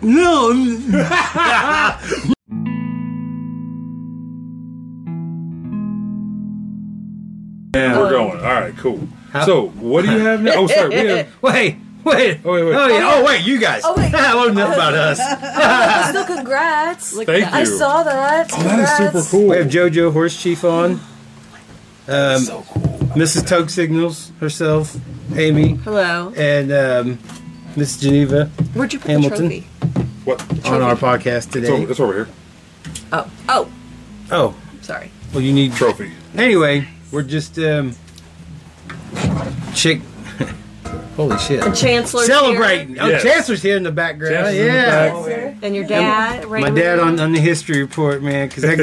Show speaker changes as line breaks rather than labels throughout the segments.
No.
We're going. All right, cool. So, what do you have now? Oh, sorry. We have,
Wait. Wait.
Oh, wait, wait.
Oh, yeah.
Oh,
oh wait, you guys.
Oh, wait.
I learned nothing about us.
Still, congrats.
thank
I
you.
saw that.
oh, that is
Congrats.
super cool.
We have JoJo Horse Chief on. Um, Mrs. Tug Signals herself, Amy,
Hello.
and um, Miss Geneva
Where'd you put
Hamilton.
the trophy?
what?
on our
It's
podcast
over,
today.
it's over here.
Oh, oh,
Oh,
sorry.
well, you need.
Trophy.
Anyway, we're just um, chick. Holy shit!
And Chancellor
Celebrating. Oh,
Yes.
Chancellor's here in the background.
Chancellor's in the
yeah.
back.
here. and your dad. right
My
over
dad
there.
on, on the history report, man, because that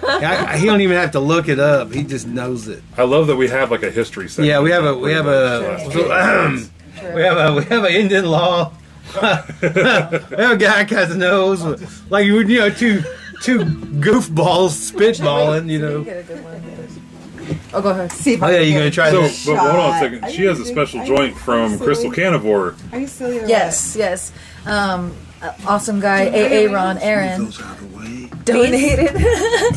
guy, I, he don't even have to look it up. He just knows it.
I love that we have like a history section.
Yeah, we have a we have a we have a we have an Indian law. we have a guy kind of knows, like you know, two two goofballs spitballing, you know.
Oh, go ahead. See if
Oh
I
yeah,
can
you
get
gonna
it.
try
So,
this?
but hold on a
shot.
second.
I
She has a
didn't
special
think- I
joint
didn't
from
think so.
Crystal Canivore.
Oh.
Are you still here?
Yes, yes. Um, uh, awesome guy, AA Ron Aaron,
Those out of the way.
donated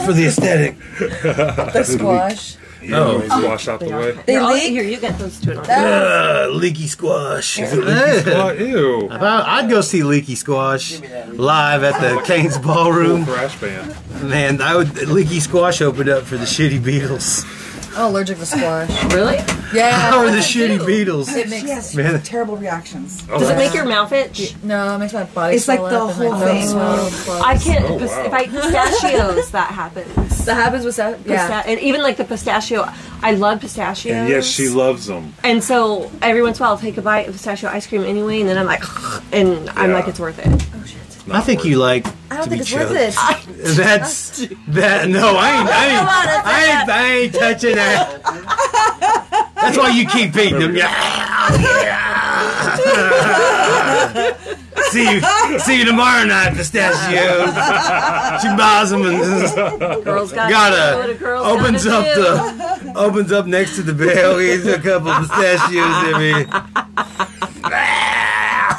for the aesthetic.
the squash.
Oh.
Oh, squash out the way.
They
Here, I'll-
leak. Here, you get those two.
Uh, leaky squash. Eh.
Oh, ew.
If I, I'd go see Leaky Squash live at the Canes
Cool
Ballroom.
thrash band.
Man, I would Leaky Squash opened up for the shitty Beatles.
I'm Oh, allergic to squash.
Really?
Yeah.
Or the shitty Beatles.
It
She
makes,
has
Man.
terrible reactions.
Does it make your mouth itch?
no, it makes my body.
It's like
swell
the
up and my
whole
nose
thing.
swells.
I can't.
Oh,
pis-
wow.
If I pistachios, that happens.
That happens with that. Yeah.
Pista- and even like the pistachio, I love pistachios.
And yes, she loves them.
And so every once in a while, I'll take a bite of pistachio ice cream anyway, and then I'm like, and I'm
Yeah.
like, it's worth it.
I think you like.
I don't
to
think
be
it's
choked.
worth it.
That's that. No, I ain't. I ain't. I ain't, I ain't touching that. That's why you keep beating them. see you. See you tomorrow night, pistachio. She buys them and
Girls got
gotta
Girls
opens up the opens up next to the bell. Eats a couple pistachios every.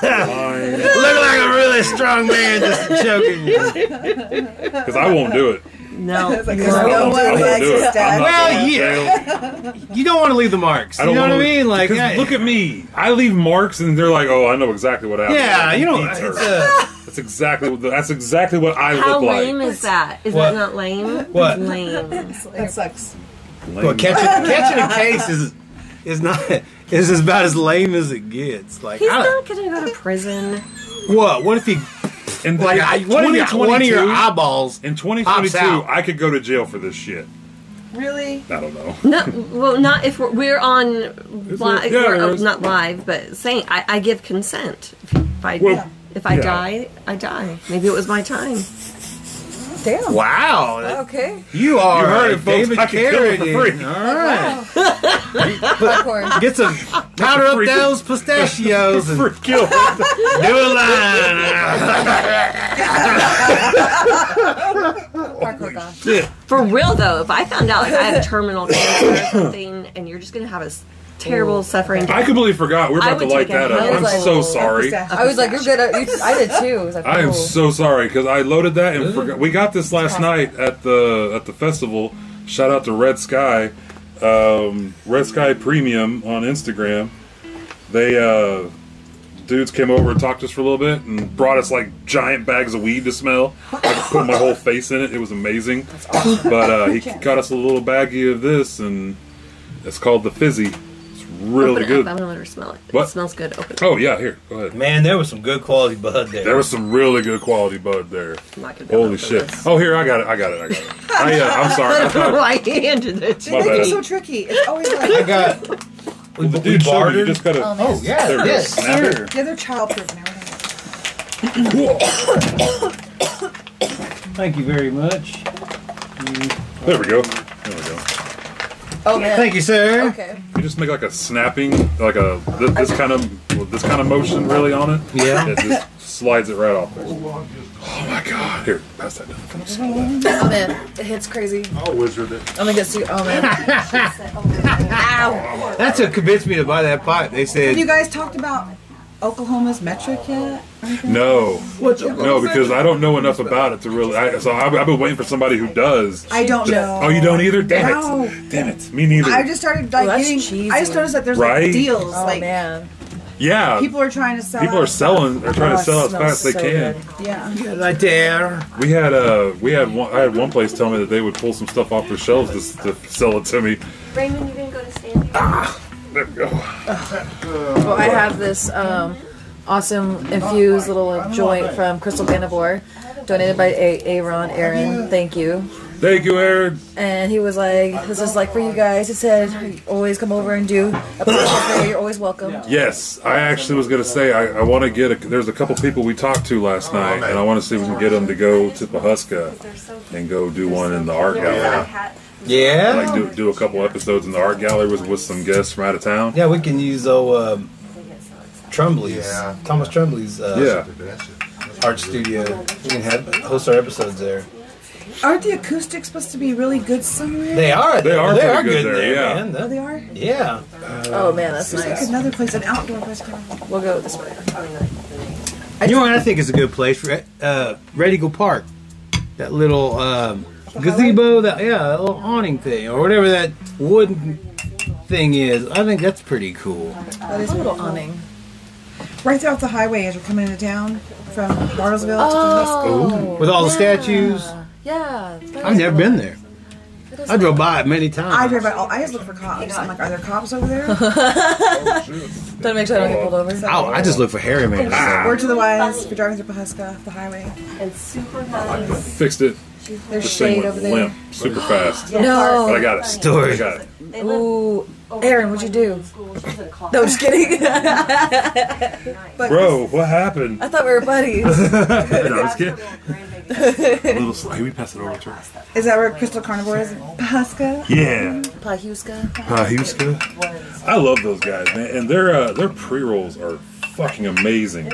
Because
Look like a really strong man just choking you.
I won't do it.
no.
It's like,
I
there's no
won't, I
one
won't
likes
do it.
his
I'm
dad.
not
Well,
going to
yeah.
jail.
You don't want to leave the marks.
I don't
you know what
wanna-
I mean? Like,
because
I-
look at me. I leave marks, and they're like, "Oh, I know exactly what happened."
yeah,
He
you know,
beats her.
it's uh, a,
that's exactly what, that's exactly what I
How
look like.
lame is that? Is
What?
that not lame?
What?
Lame.
That sucks.
Lame.
well, catching catching a case is is not is about as lame as it gets. Like,
He's
I
not
don't,
gonna go to prison.
what? What if he
And
like I, what if he- one of your eyeballs?
in
pops
2022,
out?
I could go to jail for this shit.
Really?
I don't know.
No, well, not if we're, we're on live.
yeah,
we're, uh,
there's-
not live, but saying I, I give consent. If I
Well,
if I
yeah.
die, I die. Maybe it was my time.
Damn.
Wow,
Okay.
you are
You heard
a
it, folks.
David
I can kill it for
Carradine.
free.
All right,
Popcorn.
get some powder up
free.
those pistachios and do
For kill.
a line.
Popcorn. gone.
For real though, if I found out like I had terminal cancer or something, and you're just gonna have a s- terrible suffering.
I completely forgot. We're
I
about to
would
light
take a
that up.
hell
I'm
of a-
so sorry.
Pistachio.
I was like, you're good. At, you, I did too. I was like,
I am
cool.
so sorry because I loaded that and forgot. We got this last night at the at the festival. Shout out to Red Sky, um, Red Sky Premium on Instagram. They uh, dudes came over and talked to us for a little bit and brought us like giant bags of weed to smell. I could put my whole face in it. It was amazing. But uh, he got us a little baggie of this and it's called the Fizzy. It's
Open
really
it
good.
up. I'm gonna let her smell it.
What?
It smells good. Open it.
Oh yeah, here. Go ahead.
Man, there was some good quality bud
There was some really good quality bud there.
I'm not gonna be able to
Holy
open
shit!
this.
Oh, here I got it. I got it. I got it. I, uh, I'm sorry. I thought-
I handed it to
My
They make it
bad.
so tricky. It's always
I
like,
got.
well, the dude showed me. You just gotta.
Oh yeah,
there it is.
yes.
Snap it.
yeah, they're childproof and everything.
Thank you very much.
There we go. There we go.
Oh man.
Thank you, sir.
Okay.
You just make like a snapping, like a th- this kind of well, this kind of motion really on it.
Yeah.
It just slides it right off. there. Oh my god! Here, pass that down. Can I smell that?
Oh man. It hits crazy.
I'll wizard it.
I'm gonna get su- Oh man.
That's what convinced me to buy that pipe. They
Have
said,
you guys talked about Oklahoma's metric yet?
No,
What's
no, because I don't know enough about it to really. I, so I, I've been waiting for somebody who does.
I don't know.
Oh, you don't either? Damn
No.
it! Damn it! Me neither.
I just started like
Oh, that's
getting.
cheesy.
I just noticed that there's
Right?
like deals.
Oh
like
man,
yeah, people
people are trying to sell.
are, selling. They're trying
Oh,
to
it
sell as
smells
fast as
so
they can.
good.
Yeah.
Right there.
We had uh, we had one. I had one place tell me that they would pull some stuff off their shelves just to sell it to me.
Raymond, you didn't go to Sandy?
There we go.
Well, Oh, I have this um, awesome infused little joint from Crystal Ganivore, donated by A- Aaron Aaron. Thank you.
Thank you, Aaron.
And he was like, "This is like for you guys." He said, "Always come over and do a pop-up there. You're always welcome."
Yes, I actually was gonna say I, I want to get. A, there's a couple people we talked to last night, and I want to see if we can get them to go to Pahuska
They're so
and go do one in the art gallery.
Yeah.
Like do, do a couple episodes in the art gallery with, with some guests from out of town.
Yeah, we can use oh um, Trumbley's,
Yeah.
Thomas Trumbley's uh,
Yeah,
art studio. We can have host our episodes there.
Aren't the acoustics supposed to be really good somewhere?
They are.
They are
They
pretty
are
good
good,
there,
there,
yeah.
man.
Oh,
That-
they are.
yeah.
Oh man, that's
It's like
nice.
another place, an outdoor place. I can't remember.
We'll go this way.
you know what I think is a good place? Re- Uh, Red Eagle Park. That little um, gazebo, that yeah, that little awning thing, or whatever that wooden thing is. I think that's pretty cool.
That is
A little awning.
right there off the highway as you're coming into town from Bartlesville.
Oh,
With all the statues.
yeah.
I've never been there. I drove by it many times.
to I drive by. All, I just look for cops. I'm like, are there cops over there?
Don't make sure I don't get pulled over.
Oh, I just look for Harry Man.
Word to the wise. If you're driving through Pahuska, off the highway.
and super nice.
fixed it.
There's
This thing
shade
went
over there.
limp, super fast. But I
No.
got it. I
Story.
got it.
They live
Ooh, Aaron, what'd you do?
school. She's in a closet.
No, just kidding.
But
Bro, what happened?
I thought we were buddies.
No, I was kidding.
Grandbaby.
A little sl- Hey, we pass it over to her.
Is that where Crystal Carnivore is? Pahuska.
Yeah.
Pahuska.
Pahuska. I love those guys, man. And their uh, their pre rolls are fucking amazing.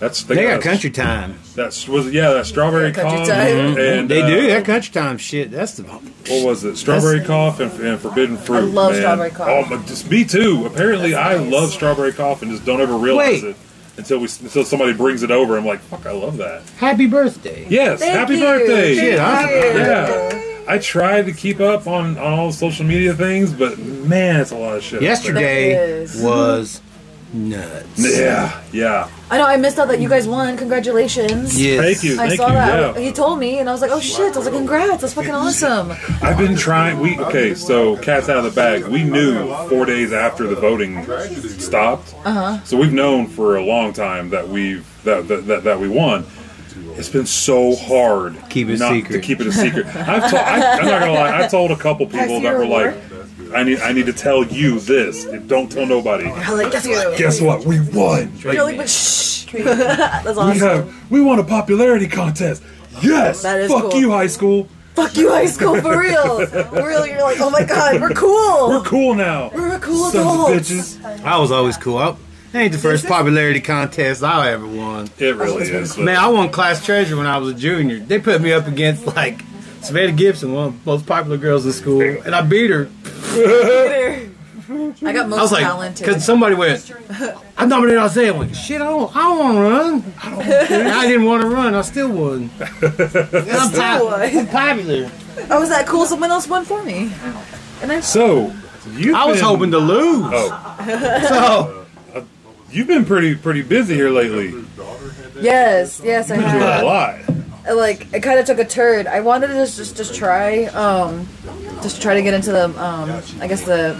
That's they,
They
got
got country time.
That's was yeah, that strawberry
Country
cough.
time.
And,
Mm-hmm. They
uh,
do. That country time shit. That's the
What was it? Strawberry cough and, and forbidden fruit.
love
man.
strawberry cough.
Oh, but just me too. Apparently, I love strawberry cough and just don't ever realize
Wait.
it until we until somebody brings it over. I'm like, fuck, I love that.
happy birthday.
Yes,
Thank
happy
you.
birthday.
Shit, I,
Yeah. I tried to keep up on, on all the social media things, but man, it's a lot of shit.
yesterday
Yes.
was nuts.
Yeah, yeah.
I know I missed out that you guys won. Congratulations.
Yes.
Thank you,
I
thank
saw
you.
that.
Yeah.
He told me, and I was like, "Oh shit!" I was like, "Congrats! That's fucking awesome."
I've been trying. We okay. So cats out of the bag. We knew four days after the voting stopped.
Uh-huh.
So we've known for a long time that we've that that, that, that we won. It's been so hard
Keep it
not to
secret.
keep it a secret. I've told. I, I'm not gonna lie. I told a couple people
Has
that
your
were like, I need I need to tell you this. Don't tell nobody.
I'm like, "Guess what?"
Guess what? We won.
You're like, "But shh." That's awesome.
We have we won a popularity contest. Yes.
That is
Fuck
cool.
you, high school.
Fuck you, high school, for real. For real, you're like, "Oh my god, we're cool.
We're cool now.
We're cool
Sons of
adults."
bitches.
I was always cool. I, that ain't the first popularity contest I ever won.
It really is.
Man, I won class treasure when I was a junior. They put me up against like Savannah Gibson, one of the most popular girls in school, and I beat her.
I got most
I was like,
talented.
because somebody went, I nominated Isaiah. I'm like, shit, I don't, I don't want to run. I, don't want to." And I didn't want to run. I still won. And I'm,
Still
pop-
won.
I'm popular.
I was that cool. Someone else won for me.
So you
I was hoping to lose.
Oh.
So
You've been pretty pretty busy here lately. Doing
Yes, yes, I
a
have.
lot.
Like, it kind of took a turn. I wanted to just, just, just try, um, just try to get into the, um, I guess the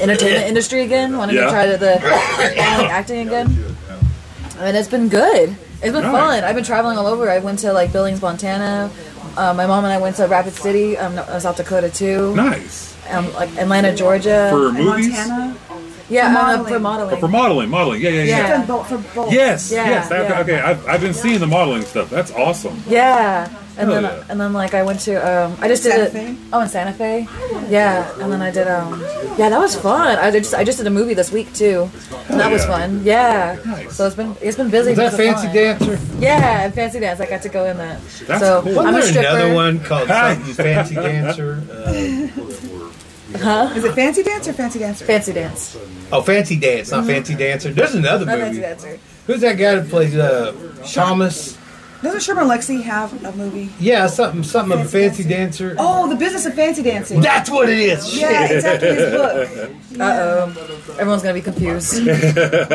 entertainment industry again. Wanted
Yeah.
to try to the like, acting again. And it's been good. It's been
Nice.
fun. I've been traveling all over. I went to like Billings, Montana. Uh, my mom and I went to Rapid City, um, South Dakota too.
Nice.
Um, like Atlanta, Georgia.
For movies?
Montana.
yeah,
for
Oh,
uh, for
modeling.
modeling.
for modeling, modeling. Yeah, yeah, yeah.
Yeah.
Done both for both.
Yes,
Yeah,
yes. I've-
yeah.
Okay, I've, I've been seeing the modeling stuff. That's awesome.
Yeah. And
Hell
then,
yeah.
and then, like, I went to, um, I just did
Santa
it.
Fe?
Oh, in Santa Fe. Yeah. And then I did, um, yeah, that was fun. I did just, I just did a movie this week too. And that was
yeah.
fun. Yeah. So it's been, it's been busy.
Oh, was that
but it's
fancy
fun.
dancer?
Yeah, and fancy dance. I got to go in that.
That's
so
cool.
I'm a
Wasn't
stripper.
there another one called something fancy dancer? Uh,
Is it Fancy Dance or Fancy Dancer?
Fancy dance.
oh, fancy dance, not fancy dancer. There's another
Not
movie.
fancy dancer.
Who's that guy that plays uh, Shamus?
Doesn't Sherman Lexi have a movie?
Yeah, something something of a fancy dancer.
Oh, The Business of Fancy Dancing.
That's what it is. Shit.
Yeah, it's after his book.
Uh oh. Everyone's gonna be confused.
They'd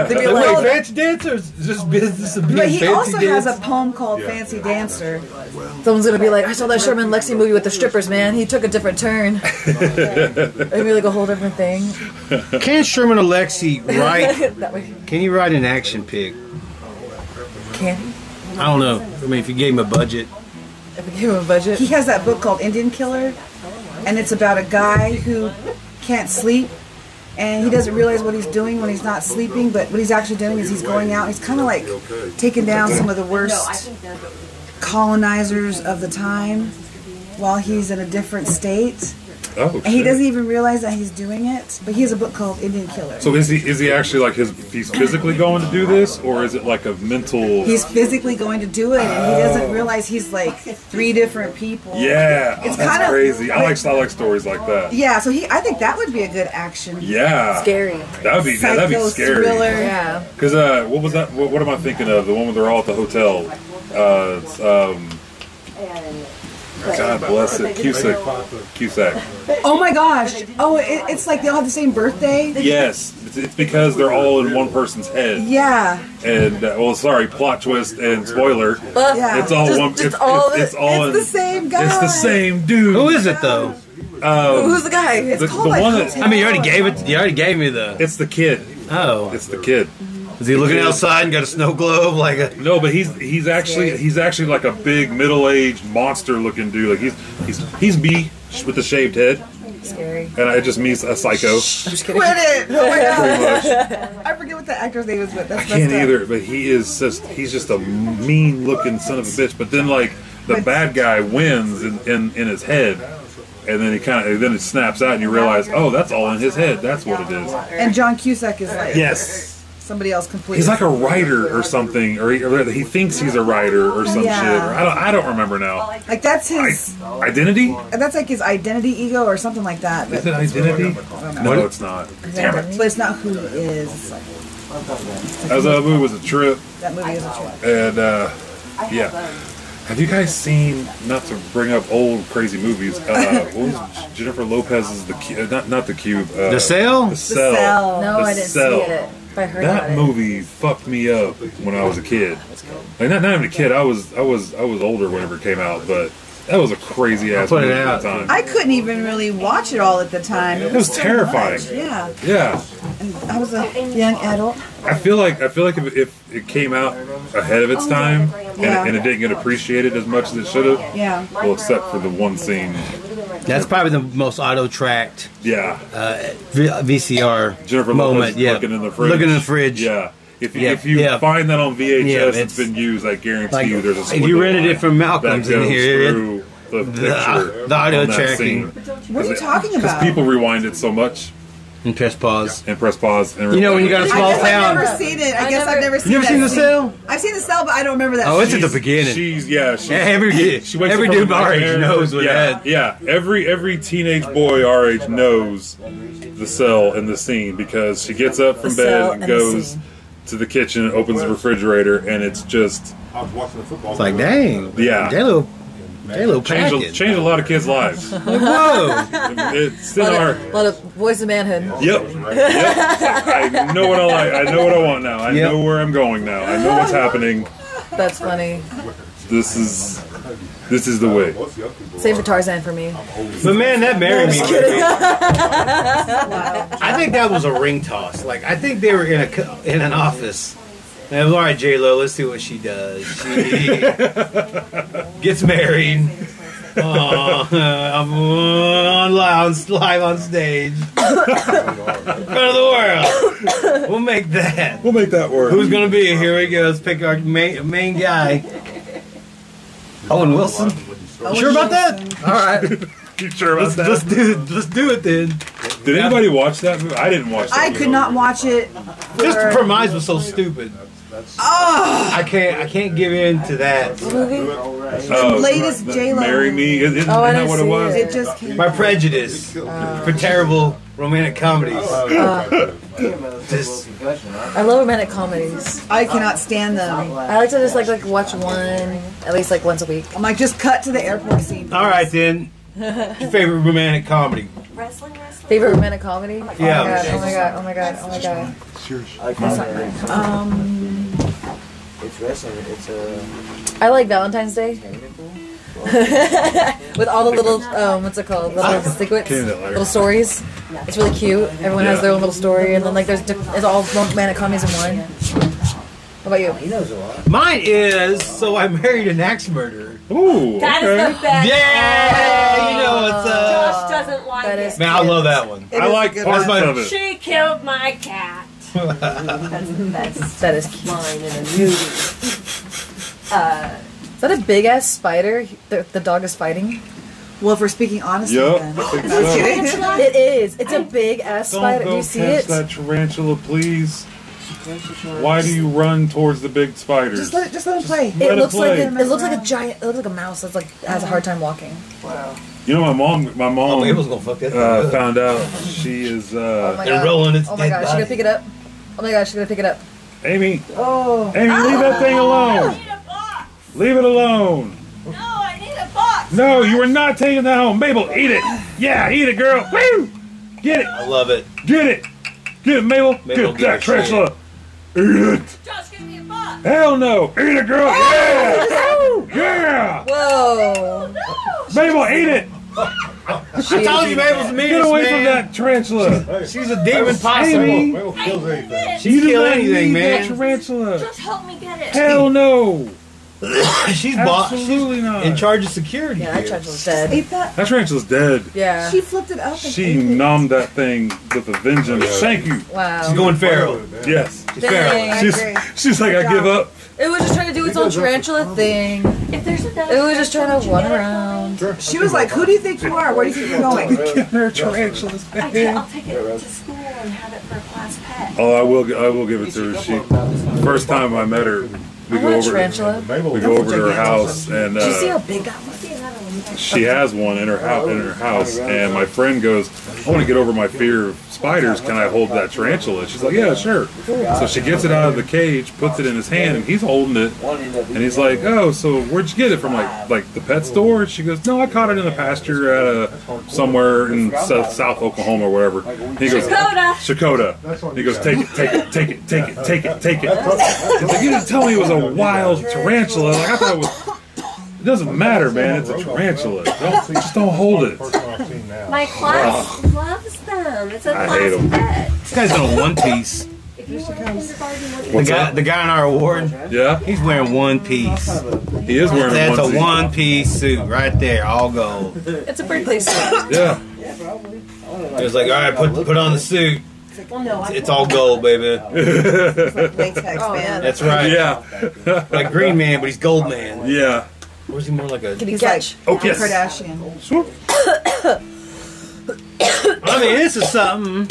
be
Wait,
like,
fancy dancers? This business of being
but he
fancy
also has
dancer?
a poem called Fancy Dancer.
Someone's gonna be like, I saw that Sherman Lexi movie with the strippers, man. He took a different turn. It'd be like a whole different thing.
Can Sherman Alexi write?
that way.
Can he write an action pic?
Can he?
I don't know. I mean, if you gave him a budget,
If we give him a budget.
He has that book called Indian Killer, and it's about a guy who can't sleep, and he doesn't realize what he's doing when he's not sleeping. But what he's actually doing is he's going out. He's kind of like taking down some of the worst colonizers of the time while he's in a different state,
Oh,
and he
shit.
doesn't even realize that he's doing it. But he has a book called Indian Killer.
So is he is he actually like his he's physically going to do this or is it like a mental?
He's physically going to do it, and he doesn't realize he's like three different people.
yeah, Oh,
It's
that's
kinda-
crazy. I like I like stories like that.
Yeah, so he, I think that would be a good action.
Yeah,
Scary.
that'd be yeah, that'd be
Psycho
scary.
thriller.
Yeah.
Because uh, what was that? What, what am I thinking of? The one where they're all at the hotel. Uh, it's, um, God bless it, Cusack. Cusack.
Oh my gosh! Oh, it, it's like they all have the same birthday.
Yes, it's, it's because they're all in one person's head.
Yeah,
And uh, well, sorry, plot twist and spoiler.
yeah.
It's all
Just-
one.
just
it's,
all
it's,
the-
it's all
it's
in-
the same guy.
It's the same dude.
who is it though?
Who's the guy?
It's
The-
called
the
like
one that-
I mean, you already gave it. You already gave me the.
It's the kid.
Oh,
It's the kid.
is he looking outside and got a snow globe like a?
No, but he's he's actually he's actually like a big middle-aged monster-looking dude. Like he's he's he's B with the shaved head,
Scary.
and it just means a psycho.
I'm just kidding.
Quit it! Oh my
Pretty
god!
much.
I forget what the actor's name is, but that's
I can't
messed up.
either. But he is just he's just a mean-looking son of a bitch. But then like the bad guy wins in in, in his head. And then he kind of, then it snaps out, and you realize, oh, that's all in his head. That's what it is.
And John Cusack is like
Yes.
somebody else completely.
He's like a writer or something, or he, or he thinks he's a writer or some
Yeah.
shit. Or I don't, I don't remember now.
like that's
I,
his.
identity?
That's like his identity ego or something like that. But,
Is it identity?
What?
No, it's not. Damn it.
but it's not who he is. It's like,
As a movie was a trip,
that movie is a trip.
and uh, yeah. Have you guys seen? Not to bring up old crazy movies. Uh, what was Jennifer Lopez's The Cube? Not not The Cube. Uh,
The sale?
The
Is
Cell.
Cell.
No,
The
I didn't
Cell.
see it. But I heard about
That
it.
movie fucked me up when I was a kid. Like not, not even a kid. I was I was I was older whenever it came out, but that was a crazy ass
put it
movie at
out.
the time.
I couldn't even really watch it all at the time. It
was
so
terrifying.
much. Yeah,
Yeah,
and I was a young adult.
I feel like I feel like if, if it came out ahead of its time and,
Oh, Yeah.
it, and it didn't get appreciated as much as it should have.
Yeah.
Well, except for the one scene.
That's probably the most auto-tracked
Yeah,
v- VCR
Jennifer
moment.
Lopez
yeah,
looking in the fridge.
Looking in the fridge.
Yeah. If you,
Yeah,
if you
yeah.
find that on VHS,
Yeah,
it's,
it's-
been used. I guarantee
like,
you, there's a.
if
split
you rented
line
it from Malcolm's
that
in
goes
here, it-
through the, picture
the audio
on that
tracking.
scene.
What are you talking
Because
about?
people rewind it so much
and press pause.
and press pause. And
You know when you got a
I
small
guess I've
town.
never seen it. I,
I
guess I've
never-
never seen
You ever
that
seen the
scene.
sale?
I've seen the cell, but I don't remember that.
Oh, it's
scene.
at the beginning.
She's yeah. She's,
Yeah, every
she wakes
every
up from
dude
a
my age
nightmare.
knows what
yeah,
that.
yeah. Every every teenage boy our age knows the cell and the scene because she gets up from
The cell
bed and
and the
goes
scene.
to the kitchen, opens the refrigerator, and it's just
I was watching the football.
It's like, dang,
Yeah.
that little, that little
changed a,
packet.
changed a lot of kids' lives.
Like, whoa,
It's in
Let
our
it, let it voice of manhood.
yep. yep. I know what I like. I know what I want now. I
Yep.
know where I'm going now. I know what's happening.
That's funny.
This is this is the way.
Same for Tarzan for me.
but man, that married me. I think that was a ring toss. Like, I think they were in a co- in an office. And it was, all right, J Lo, let's see what she does. She gets married. Oh, I'm on live, on live on stage in front of the world. We'll make that.
We'll make that work.
Who's gonna be? Here we go. Let's pick our main, main guy. Owen Wilson. sure about that? All right.
You sure about
Let's,
that?
let's do it. Let's do it then.
Did anybody watch that movie? I didn't watch. That
I
movie.
could not watch it.
Just the
for-
premise was so stupid. Ah!
Oh,
I can't. I can't give in to that.
Oh,
latest
the
J Lo.
Marry me. Isn't,
Oh, I
isn't that
didn't
what it was?
see it.
It just came.
My prejudice for terrible romantic comedies.
Uh,
I love romantic comedies.
I cannot stand them.
I like to just like like watch one at least like once a week.
I'm like, just cut to the airport scene.
All right then. Your favorite romantic comedy?
Wrestling, wrestling.
Favorite romantic comedy? Oh my
Yeah.
god! Oh my god! Oh my god! Oh my god!
It's wrestling. It's a.
Um, I like Valentine's Day with all the little um, what's it called? Little secrets, little stories. It's really cute. Everyone has their own little story, and then like there's diff- it's all romantic comedies in one. How about you?
He knows a lot.
Mine is so I married an axe murderer.
Ooh,
That is
okay.
the best.
Yeah, you know it's uh.
Josh doesn't like
That
it.
is-
Man, I love that one.
I like parts
one.
of it.
She killed my cat.
That's the best
That is cute.
line in a movie. Uh,
Is that a big ass spider? The, the dog is fighting.
Well, if we're speaking honestly,
Yup,
then.
I think so.
It is. It's a big ass
Don't
spider. Do
go
you
catch
see it?
that tarantula, please. Why do you run towards the big spiders?
Just let it, just let him play.
Let
It
it
looks like
play.
a, it looks like a giant. It looks like a mouse that's like has a hard time walking.
you know, my mom, my
Oh, Mabel's
mom
gonna fuck that.
uh,
thing up.
found out she is
Oh
uh,
my
They're
god!
rolling its
Oh my
dead
god! She's
body.
gonna pick it up. Oh my god! She's gonna pick it up.
Amy.
Oh,
Amy, leave that thing alone.
need a box.
Leave it alone.
No, I need a box.
No, you are not taking that home. Mabel, eat it. Yeah, eat it, girl. Woo! Get it.
I love it.
Get it. Get it, Mabel.
Mabel,
Get that
give it a
tarantula. Eat it.
Josh, give me a box.
Hell no. Eat it, girl.
Oh!
Yeah. Yeah.
Whoa!
Mabel, eat it.
I told you Mabel's mean.
Get away from that tarantula.
She's a demon
Amy.
possible.
I need it.
She's
do
kill
not need
anything, man.
That tarantula.
Just help me get it.
Hell no.
She's boss. She's
Absolutely not.
in charge of security.
Yeah, that
here.
child was dead.
ate that.
That tarantula's dead.
Yeah.
She flipped it up. And
She
ate it.
numbed that thing with a vengeance.
Oh,
Thank you.
She's
Wow.
going feral.
Yes.
She's feral.
Dang.
She's,
agree.
she's like, I give up.
It was just trying to do its own tarantula thing.
If there's another.
It was just trying to run around.
She was like, "Who do you think you are? Where do you think you're going?"
They're tarantulas.
I can, I'll take it to school and have it for a class pet.
Oh, I will. gi- I will give it to her. She first time I met her, we
I
go
want a
over. To,
tarantula.
we go over to her house, and
Did you see how
uh,
big that was?
she has one in her house. In her house, and my friend goes, "I want to get over my fear of spiders. Can I hold that tarantula?" She's like, "Yeah, sure." So she gets it out of the cage, puts it in his hand, and he's holding it. And he's like, "Oh, so where'd you get it from? Like, like the pet store?" And she goes, "No, I caught it in the pasture at a somewhere in south, south Oklahoma or whatever." And he goes,
Dakota.
"Shakota." He goes, "Take it, take it, take it, take it, take it, take it." He's like, "You didn't tell me it was a wild tarantula. Like I thought it was." It doesn't matter, man. It's a tarantula. Don't, just don't hold it.
My class loves them. It's a
I
class
hate 'em.
pet.
This guy's in a one piece.
If you want to kindergarten, what do you
The
What's
guy,
up?
the guy in our award,
Yeah,
he's wearing one piece.
he is wearing
That's
a
a
onesie.
one piece suit right there, all gold.
It's a pretty place. to-
Yeah,
It was like, all right, put put on the suit.
Well, no, I
It's all gold, baby.
Latex
Oh,
man.
yeah.
That's right.
yeah,
Like Green Man, but he's Gold Man.
yeah.
Or is he more like a?
Can you
He's
catch?
Oh
like
yes.
Kardashian.
Swoop.
I mean, this is something.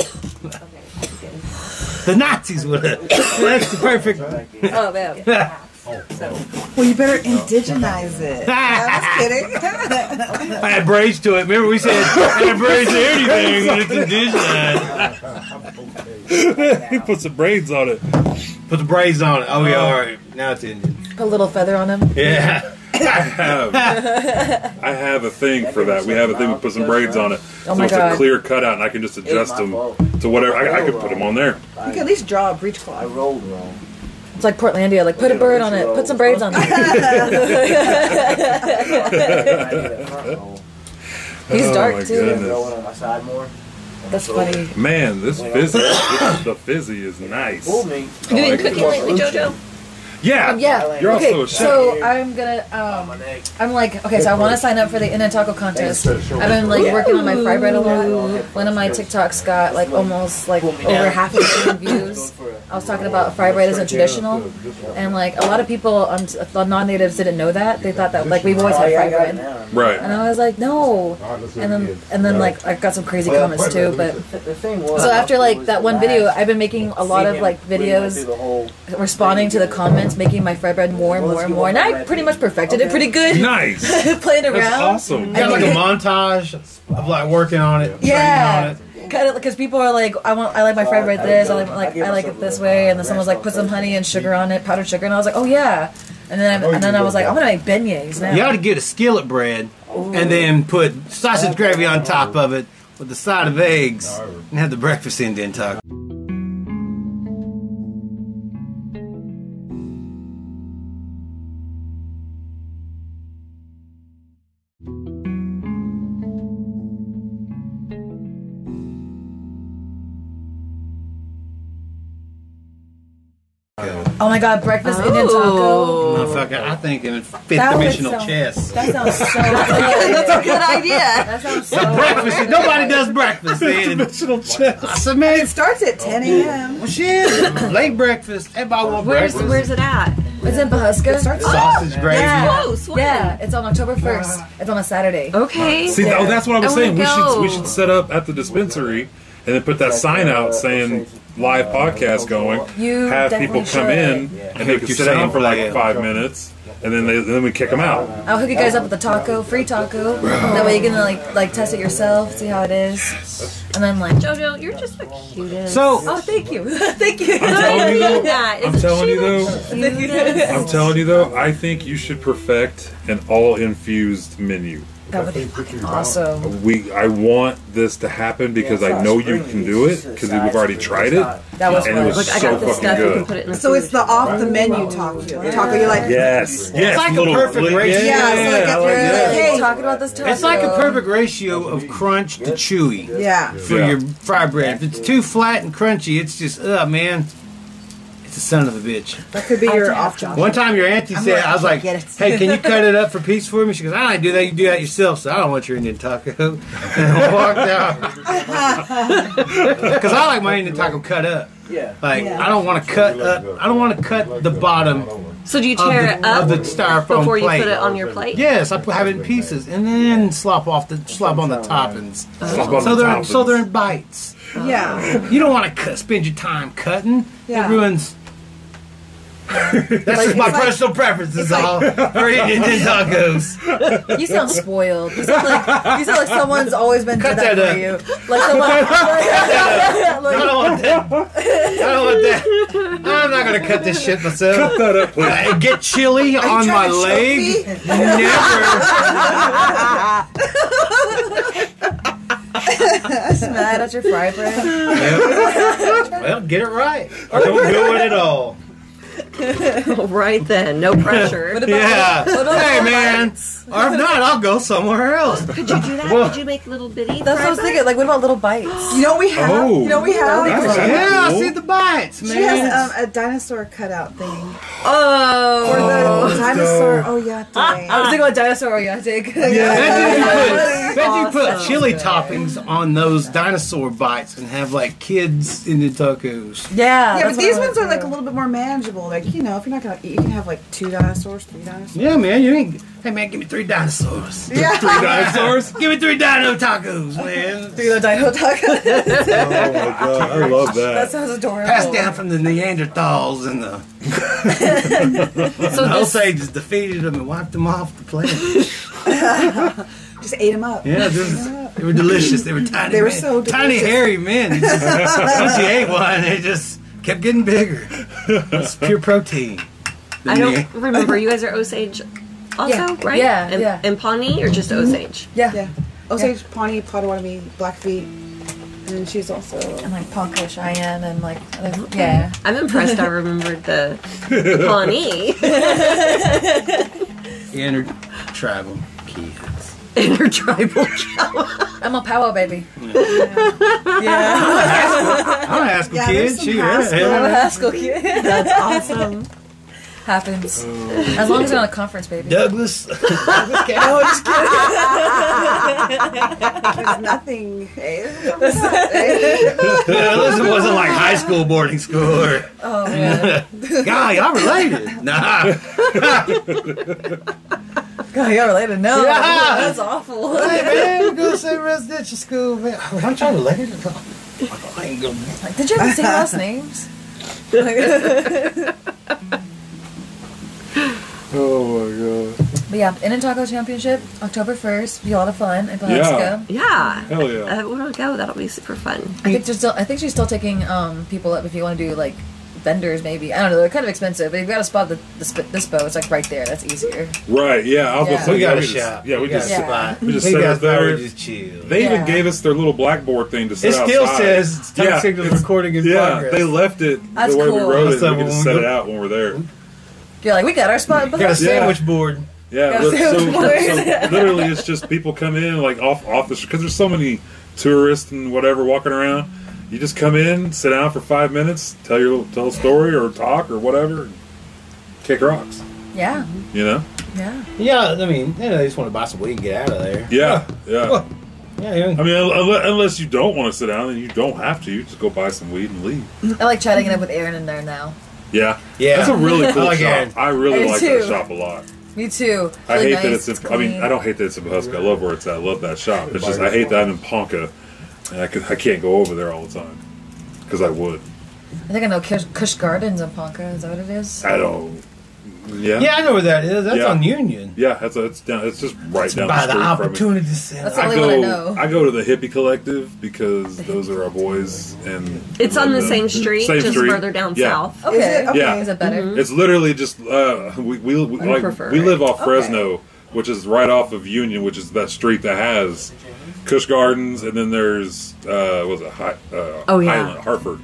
The Nazis would have. That's the perfect.
Oh man.
Well, you better indigenize it. I was kidding.
I had braids to it. Remember we said I had braids to uh, anything and it's indigenous.
He put some braids on it.
Put the braids on it. Oh yeah, all right. Now it's Indian.
Put a little feather on him.
Yeah.
have- I have a thing for that. We have a thing. We put some braids on it,
Oh
so
my
it's
God.
a clear cutout, and I can just adjust them to whatever. I, I could put them on there.
You could at least draw a breech
I
claw.
rolled wrong.
It's like Portlandia. Like put a bird on it. Put some braids on it.
I did a front roll.
He's
Oh
dark
my
too.
goodness.
Roll one on my side more.
That's funny.
Man, this fizzy, this- the fizzy is nice.
Fool me.
Like,
cooking lately, JoJo?
yeah,
Oh, Yeah.
You're also
Okay.
a chef.
So I'm gonna. Um,
My neck.
I'm like, okay, so I want to sign up for the In and Taco contest. I've been like working on my fry bread a lot. One of my TikToks got like almost like over half a million views. I was talking about uh, fry bread isn't traditional, and like a lot of people, um, the non-natives didn't know that. They thought that like we've always
Oh,
had
yeah, I
fry
got it
bread,
now.
and
right.
I was like, no. And then and then like I've got some crazy comments too, but.
The the thing was.
So after like
was
that
the
one video,
last-
I've been making a lot
seeing
of like
him, we went
videos
through the whole-
responding to the comments, making my fry bread more and more and more, and I pretty much perfected it pretty good,
Nice.
playing around.
That's awesome.
Kind of like a montage of like working on it.
Yeah.
training on it.
cut it because people are like, I want, I like my fried bread this, I like, like I like it this way, and then someone's like, put some honey and sugar on it, powdered sugar, and I was like, oh yeah, and then
Oh,
I, and then I was like, I'm gonna make beignets now.
You ought to get a skillet bread and then put sausage gravy on top of it with a side of eggs and have the breakfast Indian taco.
Oh my god, breakfast Indian
Oh.
taco.
Motherfucker, I think in fifth
That would
dimensional
sound-
chess.
That sounds so good.
That's a good idea.
That sounds so
So breakfast, nobody does breakfast. man.
Dimensional chest.
I said, man,
It starts at 10 a.m.
well, shit, late breakfast. Everybody want
Where's
breakfast.
where's it at?
It's in Pahuska.
Sausage gravy.
Yeah.
Close. When?
Yeah, it's on October 1st. It's on a Saturday.
Okay.
See, oh, that's what I was
I
saying. We
wanna
should we
go.
should set up at the dispensary and then put that sign out saying live podcast going.
You
Have
definitely
people come
should.
in and they can sit down for like five minutes, and then they, then we kick them out.
I'll hook you guys up with a taco, free taco. That way you can like like test it yourself, see how it is, and then like.
Jojo, you're just the cutest.
So,
Oh, thank you, thank you.
I'm telling you though.
That
I'm
is-
telling
she
you
looks
though. I'm telling you though. I think you should perfect an all infused menu.
That would be fucking awesome.
We I want this to happen because I know you can do it because we've already tried it
That was
and it
fun.
was
Look, I
so
got this
fucking
stuff. You can
good.
put it in the
So it's the
food.
off the menu taco. Taco, you're like,
Yes, yes,
like a perfect
li-
ratio.
Yeah, it's like
I
a-
like that.
Hey.
Hey, talking about this taco.
it's like a perfect ratio of crunch to chewy.
yeah.
for
Yeah.
your fry bread. If it's too flat and crunchy, it's just, uh man, it's a son of a bitch.
That could be your off job.
One time your auntie said,
like,
I was
I
like,
get it.
hey, can you cut it up for piece for me? She goes, I don't do that. You do that yourself, so I don't want your Indian taco. And I walked out. Because I like my Indian taco cut up.
Yeah.
Like, I don't want to cut up, I don't want to cut the bottom
So do you
of
tear it
the,
up
of the styrofoam
before you
plate.
put it on your plate?
Yes, I have it in pieces and then slop off the slop on the toppings.
Slap on
So
the
they're
toppings.
so they're in bites.
Yeah.
You don't want to cut, spend your time cutting.
Yeah.
It ruins. That's just my personal preferences, all for eating tacos.
You sound spoiled. You sound like you sound like someone's always been
Cut
doing that,
that
for
up.
you. Like someone.
I
like,
don't want that. I don't want that. I'm not gonna cut this shit myself.
Cut that up, please.
I get chili on my
trying to
leg.
choke
Never.
mad at your fried bread.
Well, get it right. Or don't do it at all.
All right then, no pressure.
What about,
Yeah.
What about
Hey,
all
man. Or if not, I'll go somewhere else.
Could you do that?
Well-
Could you make little bitty?
That's what I
fried
was thinking. Like, what about little bites?
You know what we have?
Oh.
You know what we have?
That's
Yeah,
kinda
I
cool.
see the bites, man.
She has um, a dinosaur cutout thing. Or
Oh,
the dinosaur oh, oyate.
I was thinking about dinosaur. Yeah, I think. Yeah.
Imagine you put, imagine you put chili toppings on those dinosaur bites and have like kids in the tacos.
Yeah,
Yeah,
that's
but
what
these
I was
ones are like a
thinking.
little bit more manageable. Like, you know, if you're not gonna eat, you can have like two dinosaurs, three dinosaurs.
Yeah, man, you ain't. Hey, man, give me three dinosaurs.
Yeah.
Three dinosaurs.
Give me three dino tacos, man.
Three little dino tacos.
Oh my god, I love
that
that.
sounds adorable.
Passed down from the Neanderthals and the,
so
the
this,
Osages defeated them and wiped them off the planet.
Just ate them up.
Yeah, this is- they were delicious. They were tiny.
They were
men-
so
tiny,
delicious.
hairy men. Once you ate one, they just kept getting bigger. It's pure protein.
I don't remember. You guys are Osage, also,
Yeah.
right?
Yeah,
and,
yeah.
and Pawnee or just Osage?
Yeah.
Yeah. Osage, Pawnee, Potawatomi, Blackfeet. And then she's also.
I'm like Ponca Cheyenne and like other- yeah.
I'm impressed. I remembered the Pawnee
Intertribal kids.
intertribal. tribe.
I'm a power baby.
I'm a Haskell
Yeah, there's
kid.
some
She
Haskell.
yeah,
I'm a
yeah.
Haskell kid. That's awesome. Happens.
Oh.
As long as you're on a conference, baby.
Douglas.
No, just kidding. There's nothing.
Douglas wasn't like high school boarding school. Or,
Oh man.
God, y'all related. Nah.
God, y'all related? No.
Yeah.
That's awful.
Hey, man, we go to the same residential school, man. I'm trying to relate it. I ain't gonna-
Like, did you ever see last names? Like,
Oh my god.
But yeah, In and Taco Championship, October 1st. Be a lot of fun in Palaska.
Yeah.
Yeah.
Hell yeah.
Uh, we'll go. That'll be super fun.
I think, there's still, I think she's still taking um, people up if you want to do like vendors, maybe. I don't know. They're kind of expensive, but you've got to spot the, the sp- this bow. It's like right there. That's easier.
Right, yeah. I was
Yeah.
gonna say,
We
We
yeah,
got a
just-
shop.
Yeah, we
got
just.
a
Yeah.
spot.
we just
Hey
set
guys,
up there.
we just chill.
They even
Yeah.
gave us their little blackboard thing to set
it still
outside.
says it's
Yeah,
toxic
it's-
recording in
yeah,
progress.
they left it
That's
the way we
cool.
wrote it.
So
and we
when
can
we
set
go-
it out when we're there.
You're like, we got our spot. in
got a
Pulaski."
sandwich board.
Yeah,
Yeah,
look, so,
sandwich
so
boards.
literally, it's just people come in like off off the because there's so many tourists and whatever walking around. You just come in, sit down for five minutes, tell your tell a story or talk or whatever, and kick rocks.
Yeah.
You know?
Yeah.
Yeah, I mean, you know, they just want to buy some weed and get out of there.
Yeah, yeah.
Yeah, yeah.
I mean, unless, unless you don't want to sit down, then you don't have to. You just go buy some weed and leave.
I like chatting it up with Aaron in there now.
Yeah,
Yeah.
That's a really
I
cool
like
shop.
Aaron.
I really
I do
like
too.
that shop a lot.
Me too.
I
Really
hate that
nice,
it's in. I mean,
clean.
I don't hate that it's in Pahuska. I love where it's at. I love that shop. It's just I hate that I'm in Ponca, and I, could, I can't go over there all the time because I would.
I think I know Kush, Kush Gardens in Ponca. Is that what it is?
I don't. Yeah.
yeah, I know where that is. That's
Yeah.
on Union.
Yeah, that's it's down. It's just right down
By
the street
the
from me.
opportunity center.
That's all
I
Only one I
go.
know.
I go to the hippie collective because those are our boys, and
It's on the same street,
Same
just
street.
further down
Yeah.
south.
Okay.
Is it? Okay.
Yeah. Mm-hmm.
Is it better?
It's literally just uh, we we, we,
I
like,
prefer
we
it.
live off Fresno, which is right off of Union, which is that street that has Cush Gardens, and then there's uh, what was it Hi- uh,
Oh, yeah.
Highland Hartford.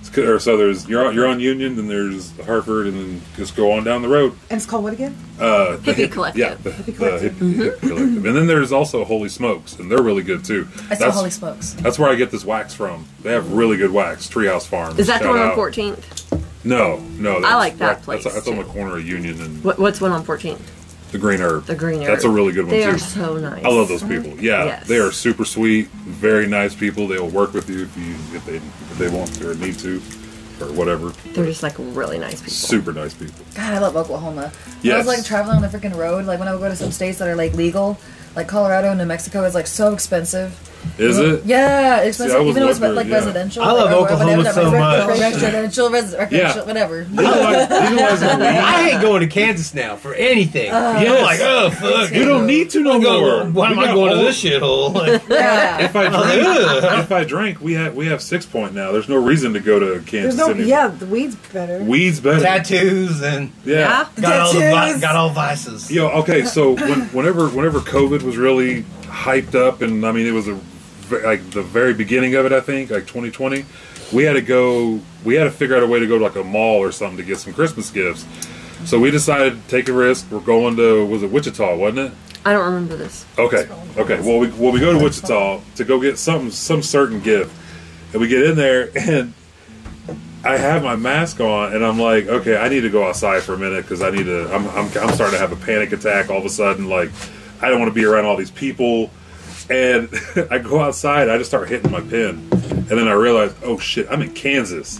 It's cu- Or so there's you're on, you're on Union, then there's Hartford, and then just go on down the road.
And it's called what again?
Uh, the
Hippie
hip-
Collective. Mm-hmm.
yeah, the, hippie collective. hippie collective, and then there's also Holy Smokes, and they're really good too.
I saw
that's,
Holy Smokes.
that's where I get this wax from. They have really good wax. Treehouse Farm.
Is that the
Shout
one on
out.
14th?
No, no. that's
like that
right-
place,
That's, that's on
too.
the corner of Union and
What, what's one on 14th?
the green herb.
The Green
That's a
Herb.
really good one
They
too.
are so nice.
I love those people. Yeah,
Yes.
they are super sweet, very nice people. They'll work with you if you if they if they want to or need to or whatever.
They're just like really nice people.
Super nice people.
God, I love Oklahoma. When I
Yes.
was like traveling on the freaking road, like when I would go to some states that are like legal, like Colorado and New Mexico is like so expensive.
Is it?
Yeah, expensive.
I was
even though it's
wondering,
like
yeah.
residential.
I love
or
Oklahoma
whatever,
so much.
Residential, res- recreational, whatever.
Legalize- legalize the weed.
I hate going to Kansas now for anything. you know, like, oh, fuck.
You don't need to no
I'm gonna-
more.
Why am
We
I
got
going to
all-
this shithole? Like,
Yeah.
If I drink, if I drink, we have we have six point now. There's no reason to go to
There's
Kansas
no.
anymore.
Yeah, the weed's better.
Weed's better.
tattoos and
yeah.
Yeah.
got all the vi-
Tattoos.
got all vices.
Yo, okay, so when, whenever whenever COVID was really hyped up, and I mean it was a, like the very beginning of it, I think, like 2020, we had to go, we had to figure out a way to go to like a mall or something to get some Christmas gifts. So we decided to take a risk. We're going to was it Wichita, wasn't it?
I don't remember this.
Okay, okay. Well, we well we go to Wichita to go get something, some certain gift, and we get in there, and I have my mask on, and I'm like, okay, I need to go outside for a minute because I need to. I'm, I'm I'm starting to have a panic attack all of a sudden. Like, I don't want to be around all these people, and I go outside. I just start hitting my pen, and then I realize, oh shit, I'm in Kansas.